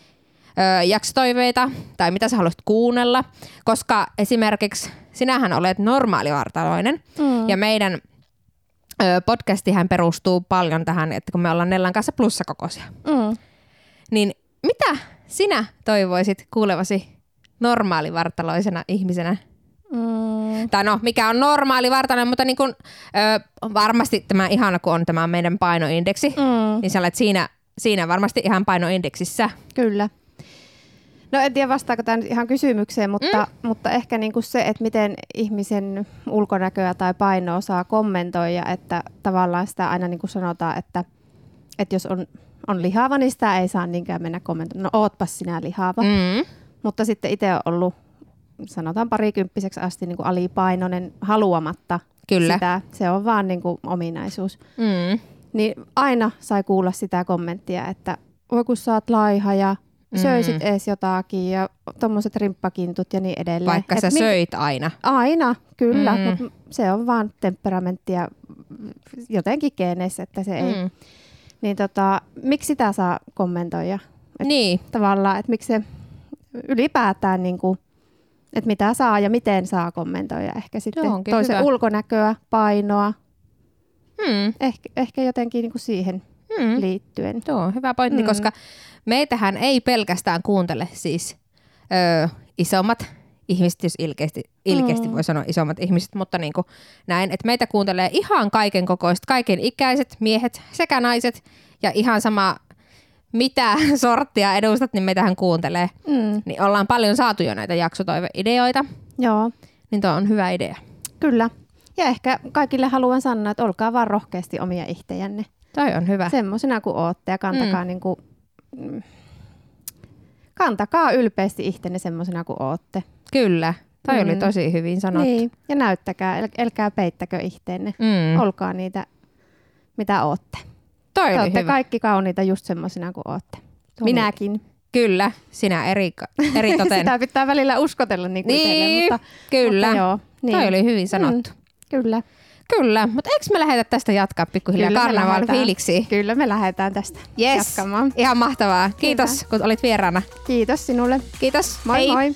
Speaker 2: ö, jaksotoiveita, tai mitä sä haluaisit kuunnella, koska esimerkiksi sinähän olet normaalivartaloinen, mm. ja meidän ö, podcastihän perustuu paljon tähän, että kun me ollaan Nellan kanssa plussakokoisia.
Speaker 4: Mm.
Speaker 2: Niin mitä sinä toivoisit kuulevasi normaalivartaloisena ihmisenä?
Speaker 4: Mm.
Speaker 2: Tai no, mikä on normaali vartaloinen, mutta niin kun, ö, varmasti tämä ihana, kun on tämä meidän painoindeksi, mm.
Speaker 4: Mm.
Speaker 2: niin sä olet siinä, siinä varmasti ihan painoindeksissä.
Speaker 4: Kyllä. No en tiedä vastaako tämä nyt ihan kysymykseen, mutta, mm. mutta ehkä niinku se, että miten ihmisen ulkonäköä tai painoa saa kommentoida, että tavallaan sitä aina niinku sanotaan, että, että jos on, on lihava, niin sitä ei saa niinkään mennä kommentoimaan. No ootpas sinä lihava. Mm.
Speaker 2: Mm.
Speaker 4: Mutta sitten itse on ollut sanotaan parikymppiseksi asti niinku alipainoinen haluamatta
Speaker 2: Kyllä.
Speaker 4: sitä. Se on vaan niinku ominaisuus
Speaker 2: Mm.
Speaker 4: niin aina sai kuulla sitä kommenttia, että voi kun sä oot laiha ja söisit mm. ees jotakin ja tommoset rimppakintut ja niin edelleen.
Speaker 2: Vaikka
Speaker 4: Et
Speaker 2: sä
Speaker 4: mi-
Speaker 2: söit aina.
Speaker 4: Aina, kyllä,
Speaker 2: Mm.
Speaker 4: mm. mutta se on vaan temperamentti ja jotenkin geeneissä, että se ei. Mm.
Speaker 2: Mm.
Speaker 4: Niin tota, miksi sitä saa kommentoida? Et-
Speaker 2: Niin.
Speaker 4: Tavallaan, että miksi se ylipäätään niin kuin, että mitä saa ja miten saa kommentoida ehkä sitten
Speaker 2: Joo, onkin
Speaker 4: toisen
Speaker 2: hyvä.
Speaker 4: ulkonäköä, painoa,
Speaker 2: Mm.
Speaker 4: ehkä, ehkä jotenkin niin kuin siihen
Speaker 2: Mm.
Speaker 4: liittyen.
Speaker 2: Tuo on hyvä pointti, mm.
Speaker 4: Mm.
Speaker 2: koska meitähän ei pelkästään kuuntele siis öö, isommat ihmiset, jos ilkeästi, ilkeästi mm. voi sanoa isommat ihmiset, mutta niin kuin näin, että meitä kuuntelee ihan kaiken kokoiset, kaiken ikäiset miehet sekä naiset ja ihan sama mitä [laughs] sorttia edustat, niin meitähän kuuntelee.
Speaker 4: Mm,
Speaker 2: Niin ollaan paljon saatu jo näitä jaksotoiveideoita,
Speaker 4: joo,
Speaker 2: niin tuo on hyvä idea.
Speaker 4: kyllä. Ja ehkä kaikille haluan sanoa, että olkaa vaan rohkeasti omia ihtejänne.
Speaker 2: Toi on hyvä.
Speaker 4: Semmoisena kuin ootte ja kantakaa, mm. niin kuin, mm, kantakaa ylpeästi ihtenne semmoisena kuin ootte.
Speaker 2: Kyllä. Toi mm. oli
Speaker 4: Mm.
Speaker 2: tosi hyvin sanottu. Niin.
Speaker 4: Niin, ja näyttäkää, el- älkää peittäkö ihteenne.
Speaker 2: Mm.
Speaker 4: Mm. Olkaa niitä, mitä ootte.
Speaker 2: Toi
Speaker 4: Te
Speaker 2: oli
Speaker 4: olette
Speaker 2: hyvä.
Speaker 4: kaikki kauniita just semmoisena kuin ootte.
Speaker 2: Toi oli-
Speaker 4: Minäkin. [laughs]
Speaker 2: Kyllä, sinä eri, eri toten.
Speaker 4: Sitä pitää välillä uskotella niin kuin
Speaker 2: Niin,
Speaker 4: itselle, mutta,
Speaker 2: kyllä.
Speaker 4: mutta joo.
Speaker 2: niin. Toi oli hyvin sanottu. Mm.
Speaker 4: Kyllä.
Speaker 2: Kyllä, mutta eikö me lähdetä tästä jatkaa pikkuhiljaa
Speaker 4: Kyllä me
Speaker 2: karnevaalifiiliksi?
Speaker 4: lähdetään. Kyllä me lähdetään tästä
Speaker 2: Yes.
Speaker 4: jatkamaan.
Speaker 2: Ihan mahtavaa. Kiitos, kun olit vieraana.
Speaker 4: Kiitos sinulle.
Speaker 2: Kiitos.
Speaker 4: Moi
Speaker 2: Hei.
Speaker 4: moi.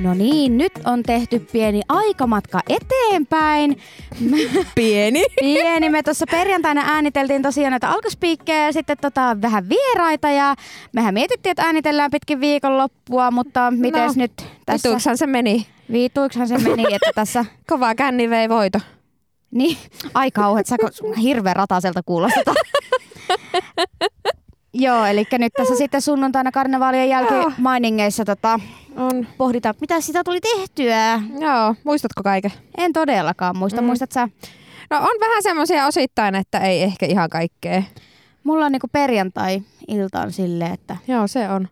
Speaker 1: No niin, nyt on tehty pieni aikamatka eteenpäin.
Speaker 2: [laughs] Pieni.
Speaker 1: Pieni, me tuossa perjantaina ääniteltiin tosiaan näitä alkuspiikkejä ja sitten tota, vähän vieraita ja mehän mietittiin, että äänitellään pitkin viikonloppua, mutta mitäs
Speaker 2: No,
Speaker 1: nyt tässä?
Speaker 2: Vituuksahan se meni.
Speaker 1: Viituiksihan se meni, että tässä
Speaker 2: Kova känni vei voito.
Speaker 1: Niin, ai kauheat, sä kun- hirveän rataselta kuulostaa. Joo, eli nyt tässä sitten sunnuntaina karnevaalien jälkimainingeissa tota,
Speaker 2: On.
Speaker 1: pohditaan, että mitä sitä tuli tehtyä.
Speaker 2: Joo, muistatko kaiken?
Speaker 1: En todellakaan muista, mm. muistat sä?
Speaker 2: No on vähän semmoisia osittain, että ei ehkä ihan kaikkea.
Speaker 1: Mulla on niinku perjantai-iltaan silleen, että
Speaker 2: Joo, se on.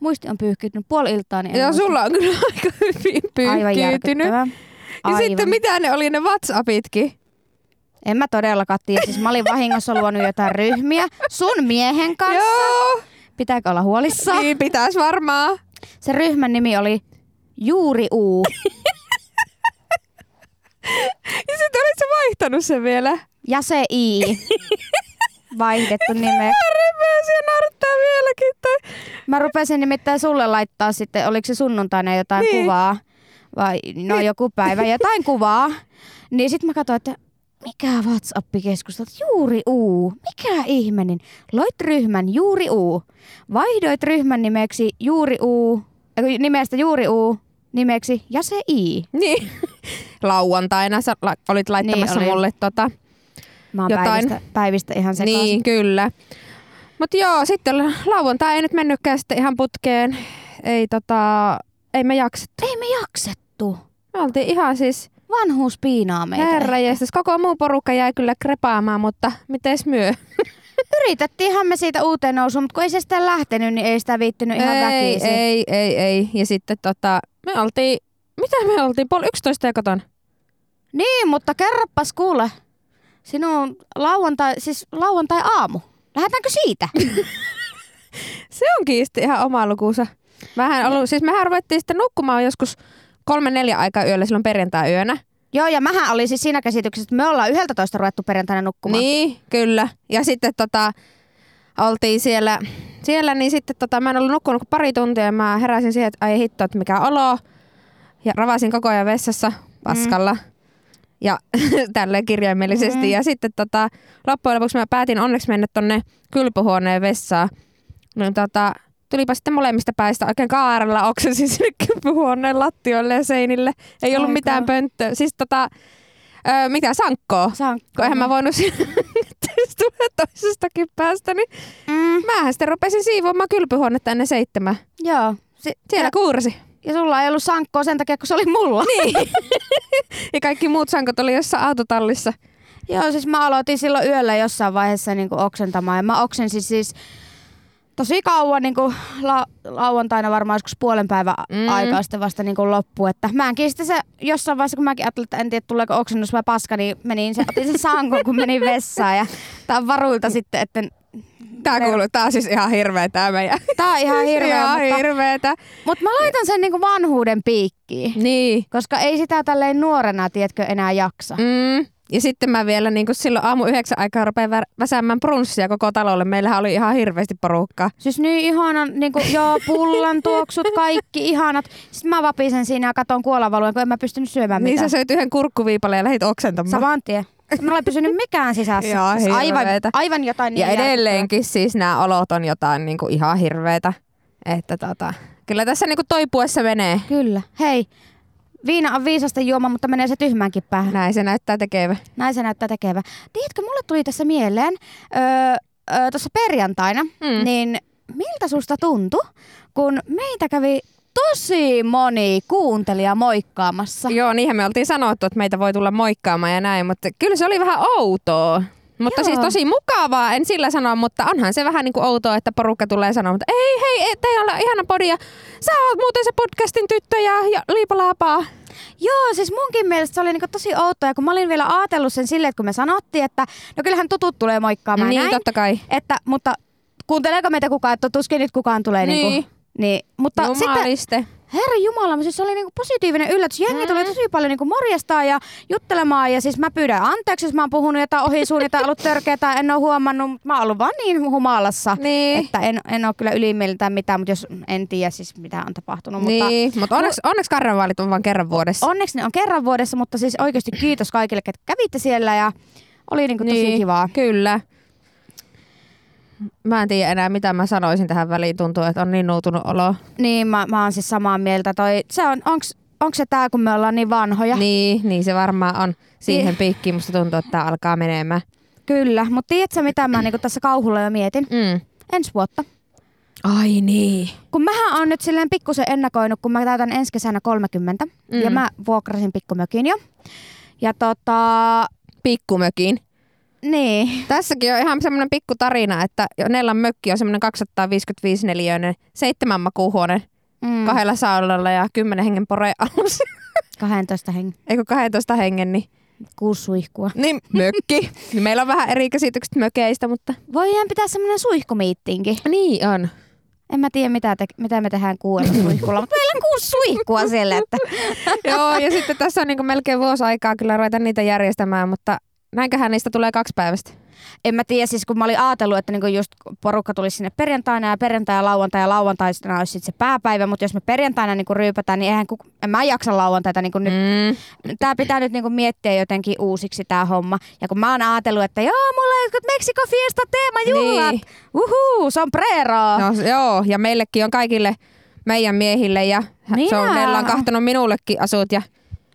Speaker 1: muisti on pyyhkiytynyt puoli iltaa, niin en
Speaker 2: Joo,
Speaker 1: muista.
Speaker 2: sulla on kyllä [laughs] aika hyvin
Speaker 1: Aivan
Speaker 2: pyyhkiytynyt.
Speaker 1: järkyttävää.
Speaker 2: Ja
Speaker 1: Aivan.
Speaker 2: sitten mitä ne oli ne WhatsAppitkin?
Speaker 1: En mä todellakaan tiedä, siis mä olin vahingossa luonut jotain ryhmiä sun miehen kanssa.
Speaker 2: Joo,
Speaker 1: Pitääkö olla huolissaan?
Speaker 2: niin pitäis varmaan.
Speaker 1: Se ryhmän nimi oli Juuri Uu.
Speaker 2: Ja sitten Niin olit sä vaihtanut sen vielä.
Speaker 1: Ja se I.
Speaker 2: [laughs]
Speaker 1: Vaihdettu nime.
Speaker 2: Repeäsi ja narttaa vieläkin. Tai...
Speaker 1: Mä rupesin nimittäin sulle laittaa sitten, oliko se sunnuntaina jotain
Speaker 2: Niin.
Speaker 1: niin. kuvaa. Vai no joku päivä jotain kuvaa. Niin sit mä katsoin, että mikä WhatsApp-keskustelut? Juuri uu. Mikä ihminen? Loit ryhmän juuri uu. Vaihdoit ryhmän nimeksi juuri uu. Eiku, Nimestä juuri uu nimeksi ja se I.
Speaker 2: Niin. Lauantaina sä la- olit laittamassa niin,
Speaker 1: olin.
Speaker 2: mulle tota
Speaker 1: Mä oon
Speaker 2: jotain.
Speaker 1: päivistä, päivistä ihan sekaisin.
Speaker 2: Niin, kyllä. Mutta joo, sitten la- lauantai ei nyt mennytkään sitten ihan putkeen. Ei tota, ei me jaksettu.
Speaker 1: Ei me jaksettu.
Speaker 2: Me oltiin ihan siis,
Speaker 1: Vanhuus piinaa meitä.
Speaker 2: herranjestas, koko muu porukka jäi kyllä krepaamaan, mutta mites myö?
Speaker 1: Yritettiinhän me siitä uuteen nousuun, mutta kun ei se sitä lähtenyt, niin ei sitä viittynyt ihan
Speaker 2: ei,
Speaker 1: väkisin.
Speaker 2: ei, ei, ei. Ja sitten tota, me oltiin, mitä me oltiin, puoli 11 koton.
Speaker 1: Niin, mutta kerropas kuule. Sinun lauantai, siis lauantai-aamu. Lähdetäänkö
Speaker 2: [laughs]
Speaker 1: siitä?
Speaker 2: Se on kiisti ihan oma lukuunsa. Vähän ollut, siis mehän ruvettiin sitten nukkumaan joskus kolme neljä aikaa yöllä silloin perjantai-yönä.
Speaker 1: Joo, ja mähän oli siis siinä käsityksessä, että me ollaan 11 ruvettu perjantaina nukkumaan.
Speaker 2: Niin, kyllä. Ja sitten tota, oltiin siellä, siellä niin sitten tota, mä en ollut nukkunut kuin pari tuntia ja mä heräsin siihen, että ai hitto, että mikä olo. Ja ravasin koko ajan vessassa paskalla. Mm. Ja [laughs] tälleen kirjaimellisesti.
Speaker 1: Mm-hmm.
Speaker 2: Mm. Ja sitten tota, loppujen lopuksi mä päätin onneksi mennä tonne kylpyhuoneen vessaan. No tota, tulipa sitten molemmista päistä oikein kaarella oksensin [laughs] sinne kylpyhuoneen lattioille ja seinille. Ei ollut
Speaker 1: Aika.
Speaker 2: mitään pönttöä. Siis tota, ö, mitä sankkoa?
Speaker 1: Sankko.
Speaker 2: kun eihän mä voinut siinä, [laughs] että jos tulee toisestakin päästä, niin
Speaker 1: Mm,
Speaker 2: mähän sitten rupesin siivoamaan kylpyhuonetta ennen seitsemän.
Speaker 1: joo. Si-
Speaker 2: Siellä
Speaker 1: ja,
Speaker 2: kuursi.
Speaker 1: ja sulla ei ollut sankkoa sen takia, kun se oli mulla. Niin.
Speaker 2: Ja kaikki muut sankot oli jossain autotallissa.
Speaker 1: Joo, siis mä aloitin silloin yöllä jossain vaiheessa niin kuin oksentamaan. Ja mä oksensin siis tosi kauan niin kuin la- lauantaina varmaan joskus puolen päivän
Speaker 2: Mm.
Speaker 1: mm. aikaa sitten vasta niin kuin loppu. Että mä en kiistä se jossain vaiheessa, kun mäkin ajattelin, että en tiedä tuleeko oksennus vai paska, niin menin se, otin sen sankon, kun menin vessaan. Ja tää on varuilta sitten, että
Speaker 2: Tää kuuluu, tää on siis ihan hirveä tää meidän.
Speaker 1: tää on
Speaker 2: [laughs]
Speaker 1: ihan hirveä.
Speaker 2: Ihan
Speaker 1: mutta,
Speaker 2: hirveetä.
Speaker 1: mutta mä laitan sen niin kuin vanhuuden piikkiin.
Speaker 2: Niin.
Speaker 1: Koska ei sitä tälleen nuorena, tiedätkö, enää jaksa.
Speaker 2: Mm. Ja sitten mä vielä niin kun silloin aamu yhdeksän aikaa rupean vä- väsäämään brunssia koko talolle. Meillähän oli ihan hirveästi porukkaa.
Speaker 1: Siis niin ihana, niin kuin, joo, pullan tuoksut, kaikki ihanat. Sitten mä vapisen siinä ja katon kuolavaluen, kun en mä pystynyt syömään
Speaker 2: Mitä? Niin
Speaker 1: mitään.
Speaker 2: sä söit yhden kurkkuviipaleen ja lähit oksentamaan.
Speaker 1: Saman tien. Mulla ei pysynyt mikään sisässä.
Speaker 2: Jaa,
Speaker 1: Siis aivan,
Speaker 2: hirveetä.
Speaker 1: aivan jotain
Speaker 2: Ja
Speaker 1: niin
Speaker 2: edelleenkin siis nämä olot on jotain niinku ihan hirveitä. Että tota, kyllä tässä niinku toipuessa menee.
Speaker 1: järkyttävää. Kyllä. Hei, viina on viisasta juoma, mutta menee se tyhmäänkin päähän.
Speaker 2: Näin se näyttää tekevä.
Speaker 1: Näin se näyttää tekevä. Tiedätkö, mulle tuli tässä mieleen, öö, öö, tuossa perjantaina,
Speaker 2: Mm.
Speaker 1: mm. niin miltä susta tuntui, kun meitä kävi tosi moni kuuntelija moikkaamassa.
Speaker 2: Joo, niinhän me oltiin sanottu, että meitä voi tulla moikkaamaan ja näin, mutta kyllä se oli vähän outoa. Mutta Joo.
Speaker 1: Joo.
Speaker 2: siis tosi mukavaa, en sillä sano, mutta onhan se vähän niin kuin outoa, että porukka tulee sanomaan, että ei hei, ei, teillä on ihana podi ja sä oot muuten se podcastin tyttö ja, ja liipalaapaa.
Speaker 1: Joo, siis munkin mielestä se oli niinku tosi outoa, kun mä olin vielä ajatellut sen silleen, että kun me sanottiin, että no kyllähän tutut tulee moikkaamaan
Speaker 2: niin,
Speaker 1: ja näin,
Speaker 2: totta kai.
Speaker 1: että, mutta kuunteleeko meitä kukaan, että tuskin nyt kukaan tulee
Speaker 2: Niin.
Speaker 1: niinku, niin, mutta sitten,
Speaker 2: Jumaliste.
Speaker 1: herra jumala, siis se oli niinku positiivinen yllätys. Jengi mm. tuli tosi paljon niinku morjestaan ja juttelemaan ja siis mä pyydän anteeksi, jos mä oon puhunut jotain ohi suun, jotain ollut törkeä tai en ole huomannut, mutta mä oon ollut vaan niin humalassa,
Speaker 2: Niin.
Speaker 1: että en, en ole kyllä ylimieltään mitään, mutta jos en tiedä siis mitä on tapahtunut, mutta
Speaker 2: niin, mutta onneksi, onneksi karnevaalit on vain kerran vuodessa.
Speaker 1: Onneksi ne on kerran vuodessa, mutta siis oikeasti kiitos kaikille, ketkä kävitte siellä ja oli niinku tosi
Speaker 2: Niin,
Speaker 1: kivaa.
Speaker 2: Kyllä. Mä en tiedä enää, mitä mä sanoisin tähän väliin. Tuntuu, että on niin nuutunut olo.
Speaker 1: Niin, mä, mä oon siis samaa mieltä. Toi, se on, onks, onks se tää, kun me ollaan niin vanhoja?
Speaker 2: Niin, niin se varmaan on. Siihen
Speaker 1: Niin.
Speaker 2: piikkiin musta tuntuu, että tää alkaa menemään.
Speaker 1: Kyllä, mutta tiedätkö mitä mä niinku tässä kauhulla jo mietin?
Speaker 2: Mm.
Speaker 1: Ensi vuotta.
Speaker 2: Ai niin.
Speaker 1: Kun mähän on nyt silleen pikkusen ennakoinut, kun mä täytän ensi kesänä 30 mm. ja
Speaker 2: Mm.
Speaker 1: mä vuokrasin pikkumökin jo. Ja tota,
Speaker 2: Pikkumökin.
Speaker 1: niin,
Speaker 2: Tässäkin on ihan semmoinen pikku tarina, että Nellan mökki on semmoinen 255 neliöinen, seitsemän makuuhuone,
Speaker 1: mm,
Speaker 2: mm. kahdella saunalla ja kymmenen hengen porealus. [laughs]
Speaker 1: 12 hengen,
Speaker 2: Eikö 12 hengen, niin,
Speaker 1: kuusi suihkua.
Speaker 2: niin [laughs] mökki. niin meillä on vähän eri käsitykset mökeistä, mutta...
Speaker 1: Voi ihan pitää semmonen suihkumiittinki.
Speaker 2: Niin on.
Speaker 1: En mä tiedä, mitä, te, mitä me tehdään kuudella suihkulla, mutta meillä on kuusi suihkua siellä. Että.
Speaker 2: Joo, ja sitten tässä on niin melkein vuosi aikaa kyllä ruveta niitä järjestämään, mutta näinköhän niistä tulee kaksi päivästä.
Speaker 1: En mä tiedä, siis kun mä olin ajatellut, että niinku just porukka tulisi sinne perjantaina ja perjantai ja lauantai ja lauantaina olisi sit se pääpäivä, mutta jos me perjantaina niinku ryypätään, niin eihän, kuk- en mä jaksa lauantaita niinku nyt
Speaker 2: Mm.
Speaker 1: tämä pitää nyt niinku miettiä jotenkin uusiksi tämä homma. Ja kun mä oon ajatellut, että joo, mulla on jotkut Meksiko Fiesta teemajuhlat.
Speaker 2: Niin.
Speaker 1: Niin. Uhuu, sombrero. No.
Speaker 2: No s- joo, ja meillekin on kaikille meidän miehille ja Minä. se on,
Speaker 1: Minä-
Speaker 2: Nella on kahtanut minullekin asut ja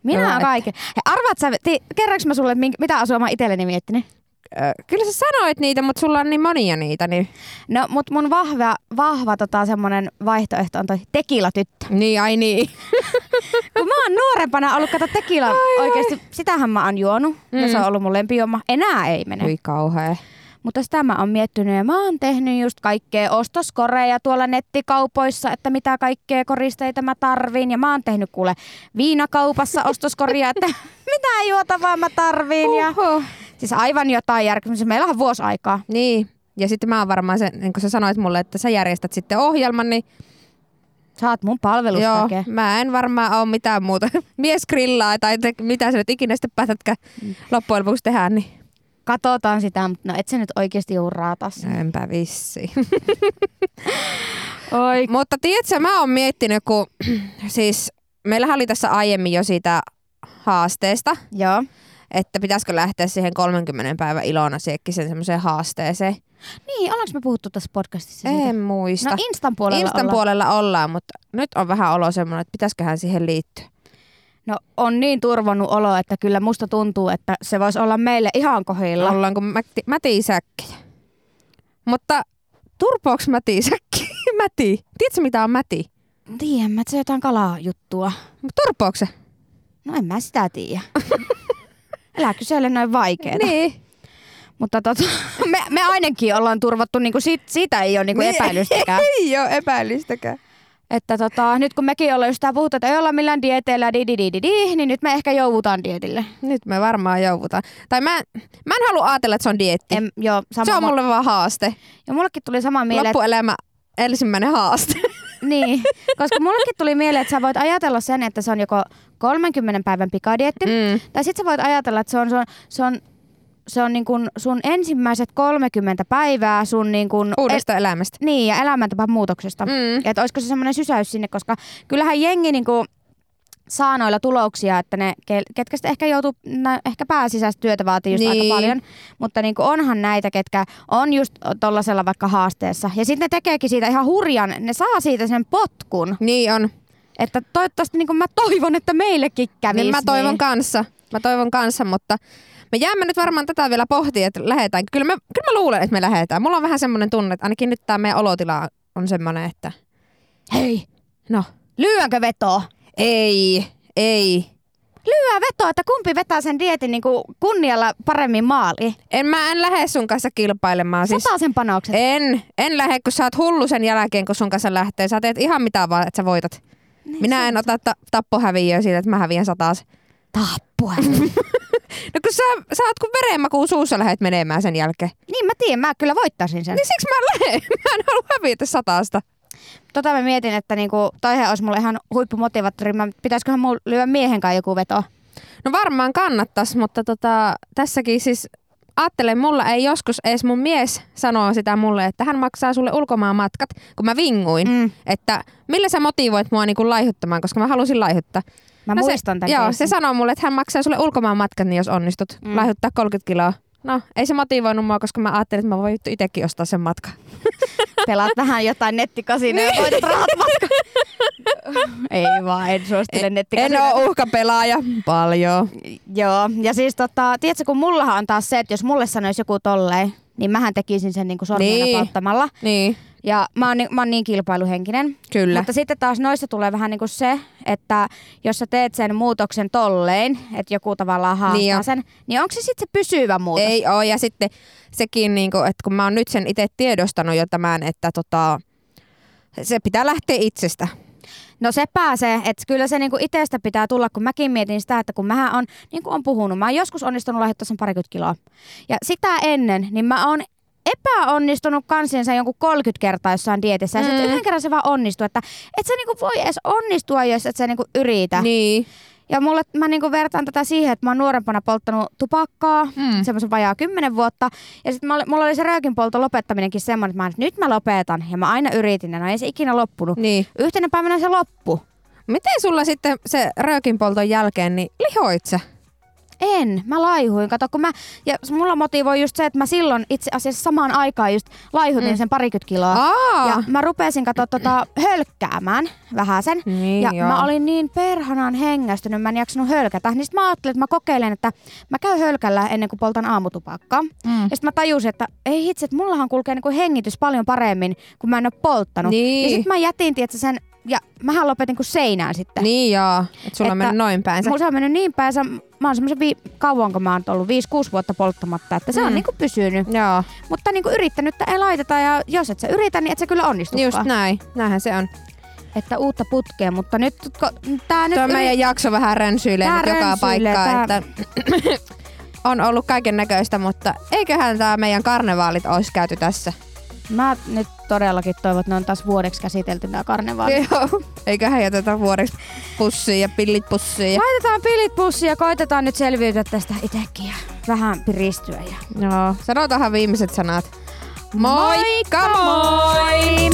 Speaker 1: Minä
Speaker 2: Joo,
Speaker 1: oon
Speaker 2: että-
Speaker 1: kaiken. He, arvaat sä, ti, kerranko mä sulle, mink, mitä asua mä oon itselleni miettinyt?
Speaker 2: Ö, Kyllä sä sanoit niitä, mutta sulla on niin monia niitä. Niin,
Speaker 1: No, mutta mun vahva, vahva tota, semmonen vaihtoehto on toi tekilatyttö.
Speaker 2: niin ai niin.
Speaker 1: Kun mä oon nuorempana ollut, kato tekila oikeasti, sitähän mä oon juonut. Mm. Ja se on ollut mun lempijuoma. Enää ei mene.
Speaker 2: Hyi No. kauhea.
Speaker 1: Mutta sitä mä oon miettinyt ja mä oon tehnyt just kaikkea ostoskoreja tuolla nettikaupoissa, että mitä kaikkea koristeita mä tarviin. Ja mä oon tehnyt kuule viinakaupassa ostoskoria, että [laughs] mitä juotavaa mä tarviin. Ja
Speaker 2: Oho.
Speaker 1: siis aivan jotain järkeä. Siis Meillä on vuosi aikaa.
Speaker 2: Niin. Ja sitten mä oon varmaan se, niin kun sä sanoit mulle, että sä järjestät sitten ohjelman, niin
Speaker 1: Saat mun
Speaker 2: joo,
Speaker 1: palvelusväkeä.
Speaker 2: mä en varmaan ole mitään muuta. [laughs] Mies grillaa tai te, mitä sä nyt ikinä sitten päätätkään loppujen lopuksi tehdä, niin
Speaker 1: Katsotaan sitä, mutta no et sä nyt oikeasti juuraa tässä.
Speaker 2: enpä vissi. [laughs]
Speaker 1: Oi.
Speaker 2: Mutta tiedätkö, mä oon miettinyt, kun [clears throat] siis meillähän oli tässä aiemmin jo siitä haasteesta,
Speaker 1: Joo.
Speaker 2: että pitäisikö lähteä siihen 30 päivän Ilona Siekkisen semmoiseen haasteeseen.
Speaker 1: Niin, ollaanko me puhuttu tässä podcastissa siitä?
Speaker 2: En muista.
Speaker 1: No Instan puolella
Speaker 2: Instan
Speaker 1: ollaan.
Speaker 2: puolella ollaan, mutta nyt on vähän olo semmoinen, että pitäisiköhän siihen liittyä.
Speaker 1: No on niin turvonnut olo, että kyllä musta tuntuu, että se voisi olla meille ihan kohilla.
Speaker 2: Ollaanko mäti, mätisäkkejä? Mutta turpooks mätisäkki? [laughs] Mäti. Tiedätkö mitä on mäti?
Speaker 1: Tiedän mä, että se on jotain kalajuttua.
Speaker 2: Mut Turpooks se?
Speaker 1: No en mä sitä
Speaker 2: [laughs]
Speaker 1: tiedä. Älä kysele noin vaikeeta.
Speaker 2: Niin.
Speaker 1: Mutta tota, [laughs] me, me ainakin ollaan turvattu, niin kuin siitä, siitä ei ole niin
Speaker 2: Niin.
Speaker 1: [laughs]
Speaker 2: [laughs]
Speaker 1: epäilystäkään.
Speaker 2: Ei ole epäilystäkään.
Speaker 1: että tota, nyt kun mekin ollaan just tää puhuttu, että ei olla millään dieteillä, di, di, di, di, di, niin nyt me ehkä joudutaan dietille.
Speaker 2: Nyt me varmaan joudutaan. Tai mä, mä en halua ajatella, että se on dietti.
Speaker 1: En, joo, sama
Speaker 2: se on
Speaker 1: mu-
Speaker 2: mulle vaan haaste.
Speaker 1: Ja mullekin tuli sama mieleen, että,
Speaker 2: Loppuelämä ensimmäinen
Speaker 1: [laughs]
Speaker 2: haaste. [laughs]
Speaker 1: niin, koska mullekin tuli mieleen, että sä voit ajatella sen, että se on joko 30 päivän pikadietti,
Speaker 2: Mm.
Speaker 1: Tai sitten sä voit ajatella, että se on, se on, se on, se on niin kun sun ensimmäiset 30 päivää sun niin kun
Speaker 2: Uudesta elämästä.
Speaker 1: El, niin, ja elämäntapan muutoksesta. Mm.
Speaker 2: Mm.
Speaker 1: Että olisiko se semmoinen sysäys sinne, koska kyllähän jengi niin kun saa noilla tuloksia, että ne, ke- ketkä sitten ehkä joutuu, nä, ehkä pääsisäistä työtä vaatii just
Speaker 2: Niin.
Speaker 1: aika paljon, mutta niin kun onhan näitä, ketkä on just tollasella vaikka haasteessa. Ja sitten ne tekeekin siitä ihan hurjan, ne saa siitä sen potkun,
Speaker 2: Niin on.
Speaker 1: että toivottavasti niin kun mä toivon, että meillekin kävisi.
Speaker 2: Niin mä toivon
Speaker 1: niin.
Speaker 2: kanssa. Mä toivon kanssa, mutta me jäämme nyt varmaan tätä vielä pohtia, että lähetään. Kyllä mä, kyllä mä luulen, että me lähetään. Mulla on vähän semmoinen tunne, että ainakin nyt tämä meidän olotila on semmoinen, että
Speaker 1: Hei,
Speaker 2: no,
Speaker 1: lyönkö vetoa?
Speaker 2: ei, ei.
Speaker 1: hyvää vetoa, niin. että kumpi vetää sen dietin niin kuin kunnialla paremmin maaliin.
Speaker 2: En, mä en lähde sun kanssa kilpailemaan. Siis,
Speaker 1: Sataa sen panokset.
Speaker 2: en, en lähde, kun sä oot hullu sen jälkeen, kun sun kanssa lähtee. Sä teet ihan mitä vaan, että sä voitat. Niin Minä en ota ta- tappohäviöä siitä, että mä häviän sataas.
Speaker 1: Tappua.
Speaker 2: No kun sä, sä oot kuin verenmakuun suussa lähet menemään sen jälkeen.
Speaker 1: niin mä tiedän, mä kyllä voittaisin sen.
Speaker 2: Niin siksi mä lähden. Mä en halua hävitä sataasta.
Speaker 1: Tota mä mietin, että niinku, toihan olisi mulle ihan huippumotivaattori. Mä, pitäisiköhän mulla lyödä miehen kanssa joku veto?
Speaker 2: No varmaan kannattaisi, mutta tota, tässäkin siis ajattelen, mulla ei joskus edes mun mies sanoo sitä mulle, että hän maksaa sulle ulkomaan matkat, kun mä vinguin. Mm.
Speaker 1: Mm.
Speaker 2: Että millä sä motivoit mua niinku laihuttamaan, koska mä halusin laihuttaa.
Speaker 1: Mä
Speaker 2: no
Speaker 1: muistan
Speaker 2: se,
Speaker 1: tän
Speaker 2: Joo, se
Speaker 1: keissin.
Speaker 2: sanoo mulle, että hän maksaa sulle ulkomaan matkat, niin jos onnistut mm. laihuttaa 30 kiloa. No, ei se motivoinut mua, koska mä ajattelin, että mä voin vittu itsekin ostaa sen matkan.
Speaker 1: [laughs] Pelaat vähän jotain nettikasinoja ja voitat rahat matka. Niin. [laughs] Ei vaan, en suostele
Speaker 2: En
Speaker 1: nettikasinoja.
Speaker 2: oo uhkapelaaja. Paljon.
Speaker 1: Niin. Joo, ja siis tota, tiedätkö, kun mullahan on taas se, että jos mulle sanoisi joku tolleen, niin mähän tekisin sen niinku sormia
Speaker 2: Niin.
Speaker 1: niin. napauttamalla.
Speaker 2: Niin,
Speaker 1: Ja mä oon, ni- mä oon niin kilpailuhenkinen.
Speaker 2: kyllä.
Speaker 1: Mutta sitten taas noissa tulee vähän niin kuin se, että jos sä teet sen muutoksen tolleen, että joku tavallaan haastaa
Speaker 2: Niin
Speaker 1: niin
Speaker 2: jo.
Speaker 1: sen, niin onko se sitten se pysyvä muutos?
Speaker 2: Ei oo, ja sitten sekin, niinku, että kun mä oon nyt sen itse tiedostanut jo tämän, että tota, se pitää lähteä itsestä.
Speaker 1: No se pääsee, että kyllä se niinku itsestä pitää tulla, kun mäkin mietin sitä, että kun mähän on, niin kuin on puhunut, mä oon joskus onnistunut lahjoittaa sen parikymmentä kiloa. Ja sitä ennen, niin mä oon epäonnistunut kansiensa jonkun 30 kertaa jossain dietissä. Ja
Speaker 2: Mm.
Speaker 1: sitten yhden kerran se vaan onnistuu, että et sä niinku voi edes onnistua, jos et sä niinku yritä.
Speaker 2: Niin.
Speaker 1: Ja mulle, mä niinku vertaan tätä siihen, että mä oon nuorempana polttanut tupakkaa,
Speaker 2: Mm.
Speaker 1: mm. semmoisen vajaa kymmenen vuotta. Ja sitten mulla oli se röökin polton lopettaminenkin semmoinen, että mä, että nyt mä lopetan. Ja mä aina yritin, ja no ei se ikinä loppunut.
Speaker 2: niin.
Speaker 1: Yhtenä päivänä se loppu.
Speaker 2: Miten sulla sitten se röökinpolton jälkeen, niin lihoit sä?
Speaker 1: En, mä laihuin. Kato, kun mä, ja mulla motivoi just se, että mä silloin itse asiassa samaan aikaan just laihutin mm. sen parikymmentä kiloa.
Speaker 2: Aa,
Speaker 1: Ja mä rupesin katsoa tota, hölkkäämään vähän sen.
Speaker 2: Niin
Speaker 1: ja
Speaker 2: joo.
Speaker 1: mä olin niin perhanan hengästynyt, mä en jaksanut hölkätä. Niin sit mä ajattelin, että mä kokeilen, että mä käyn hölkällä ennen kuin poltan aamutupakkaa. Mm. Ja sit mä tajusin, että ei hitse, että mullahan kulkee niinku hengitys paljon paremmin, kun mä en ole polttanut.
Speaker 2: Niin.
Speaker 1: Ja sit mä jätin tietysti sen, ja mähän lopetin kuin seinään sitten.
Speaker 2: niin joo, että sulla on
Speaker 1: Että
Speaker 2: mennyt noin päin. se.
Speaker 1: Mulla se on mennyt niin päänsä, mä oon semmoisen vi- kauanko mä oon ollut, 5-6 vuotta polttamatta, että se mm.
Speaker 2: Mm.
Speaker 1: on niinku pysynyt.
Speaker 2: Joo,
Speaker 1: Mutta niinku yrittänyttä ei laiteta ja jos et sä yritä, niin et sä kyllä onnistukaan.
Speaker 2: just näin. Näinhän se on.
Speaker 1: että uutta putkea, mutta nyt ko, tää nyt
Speaker 2: Tuo meidän jakso vähän rönsyilee
Speaker 1: Tää
Speaker 2: nyt joka
Speaker 1: rönsyilee,
Speaker 2: paikkaa,
Speaker 1: tää-
Speaker 2: että [coughs] on ollut kaiken näköistä, mutta eiköhän tämä meidän karnevaalit olisi käyty tässä.
Speaker 1: mä nyt todellakin toivon, että ne on taas vuodeksi käsitelty nämä karnevaalit.
Speaker 2: Joo. Eiköhän jätetä vuodeksi pussiin ja pillit pussiin. Ja...
Speaker 1: Laitetaan pilit pussiin ja koitetaan nyt selviytyä tästä itsekin ja vähän piristyä. Ja...
Speaker 2: Joo. Sanotaanhan viimeiset sanat. Moikka moi! moi!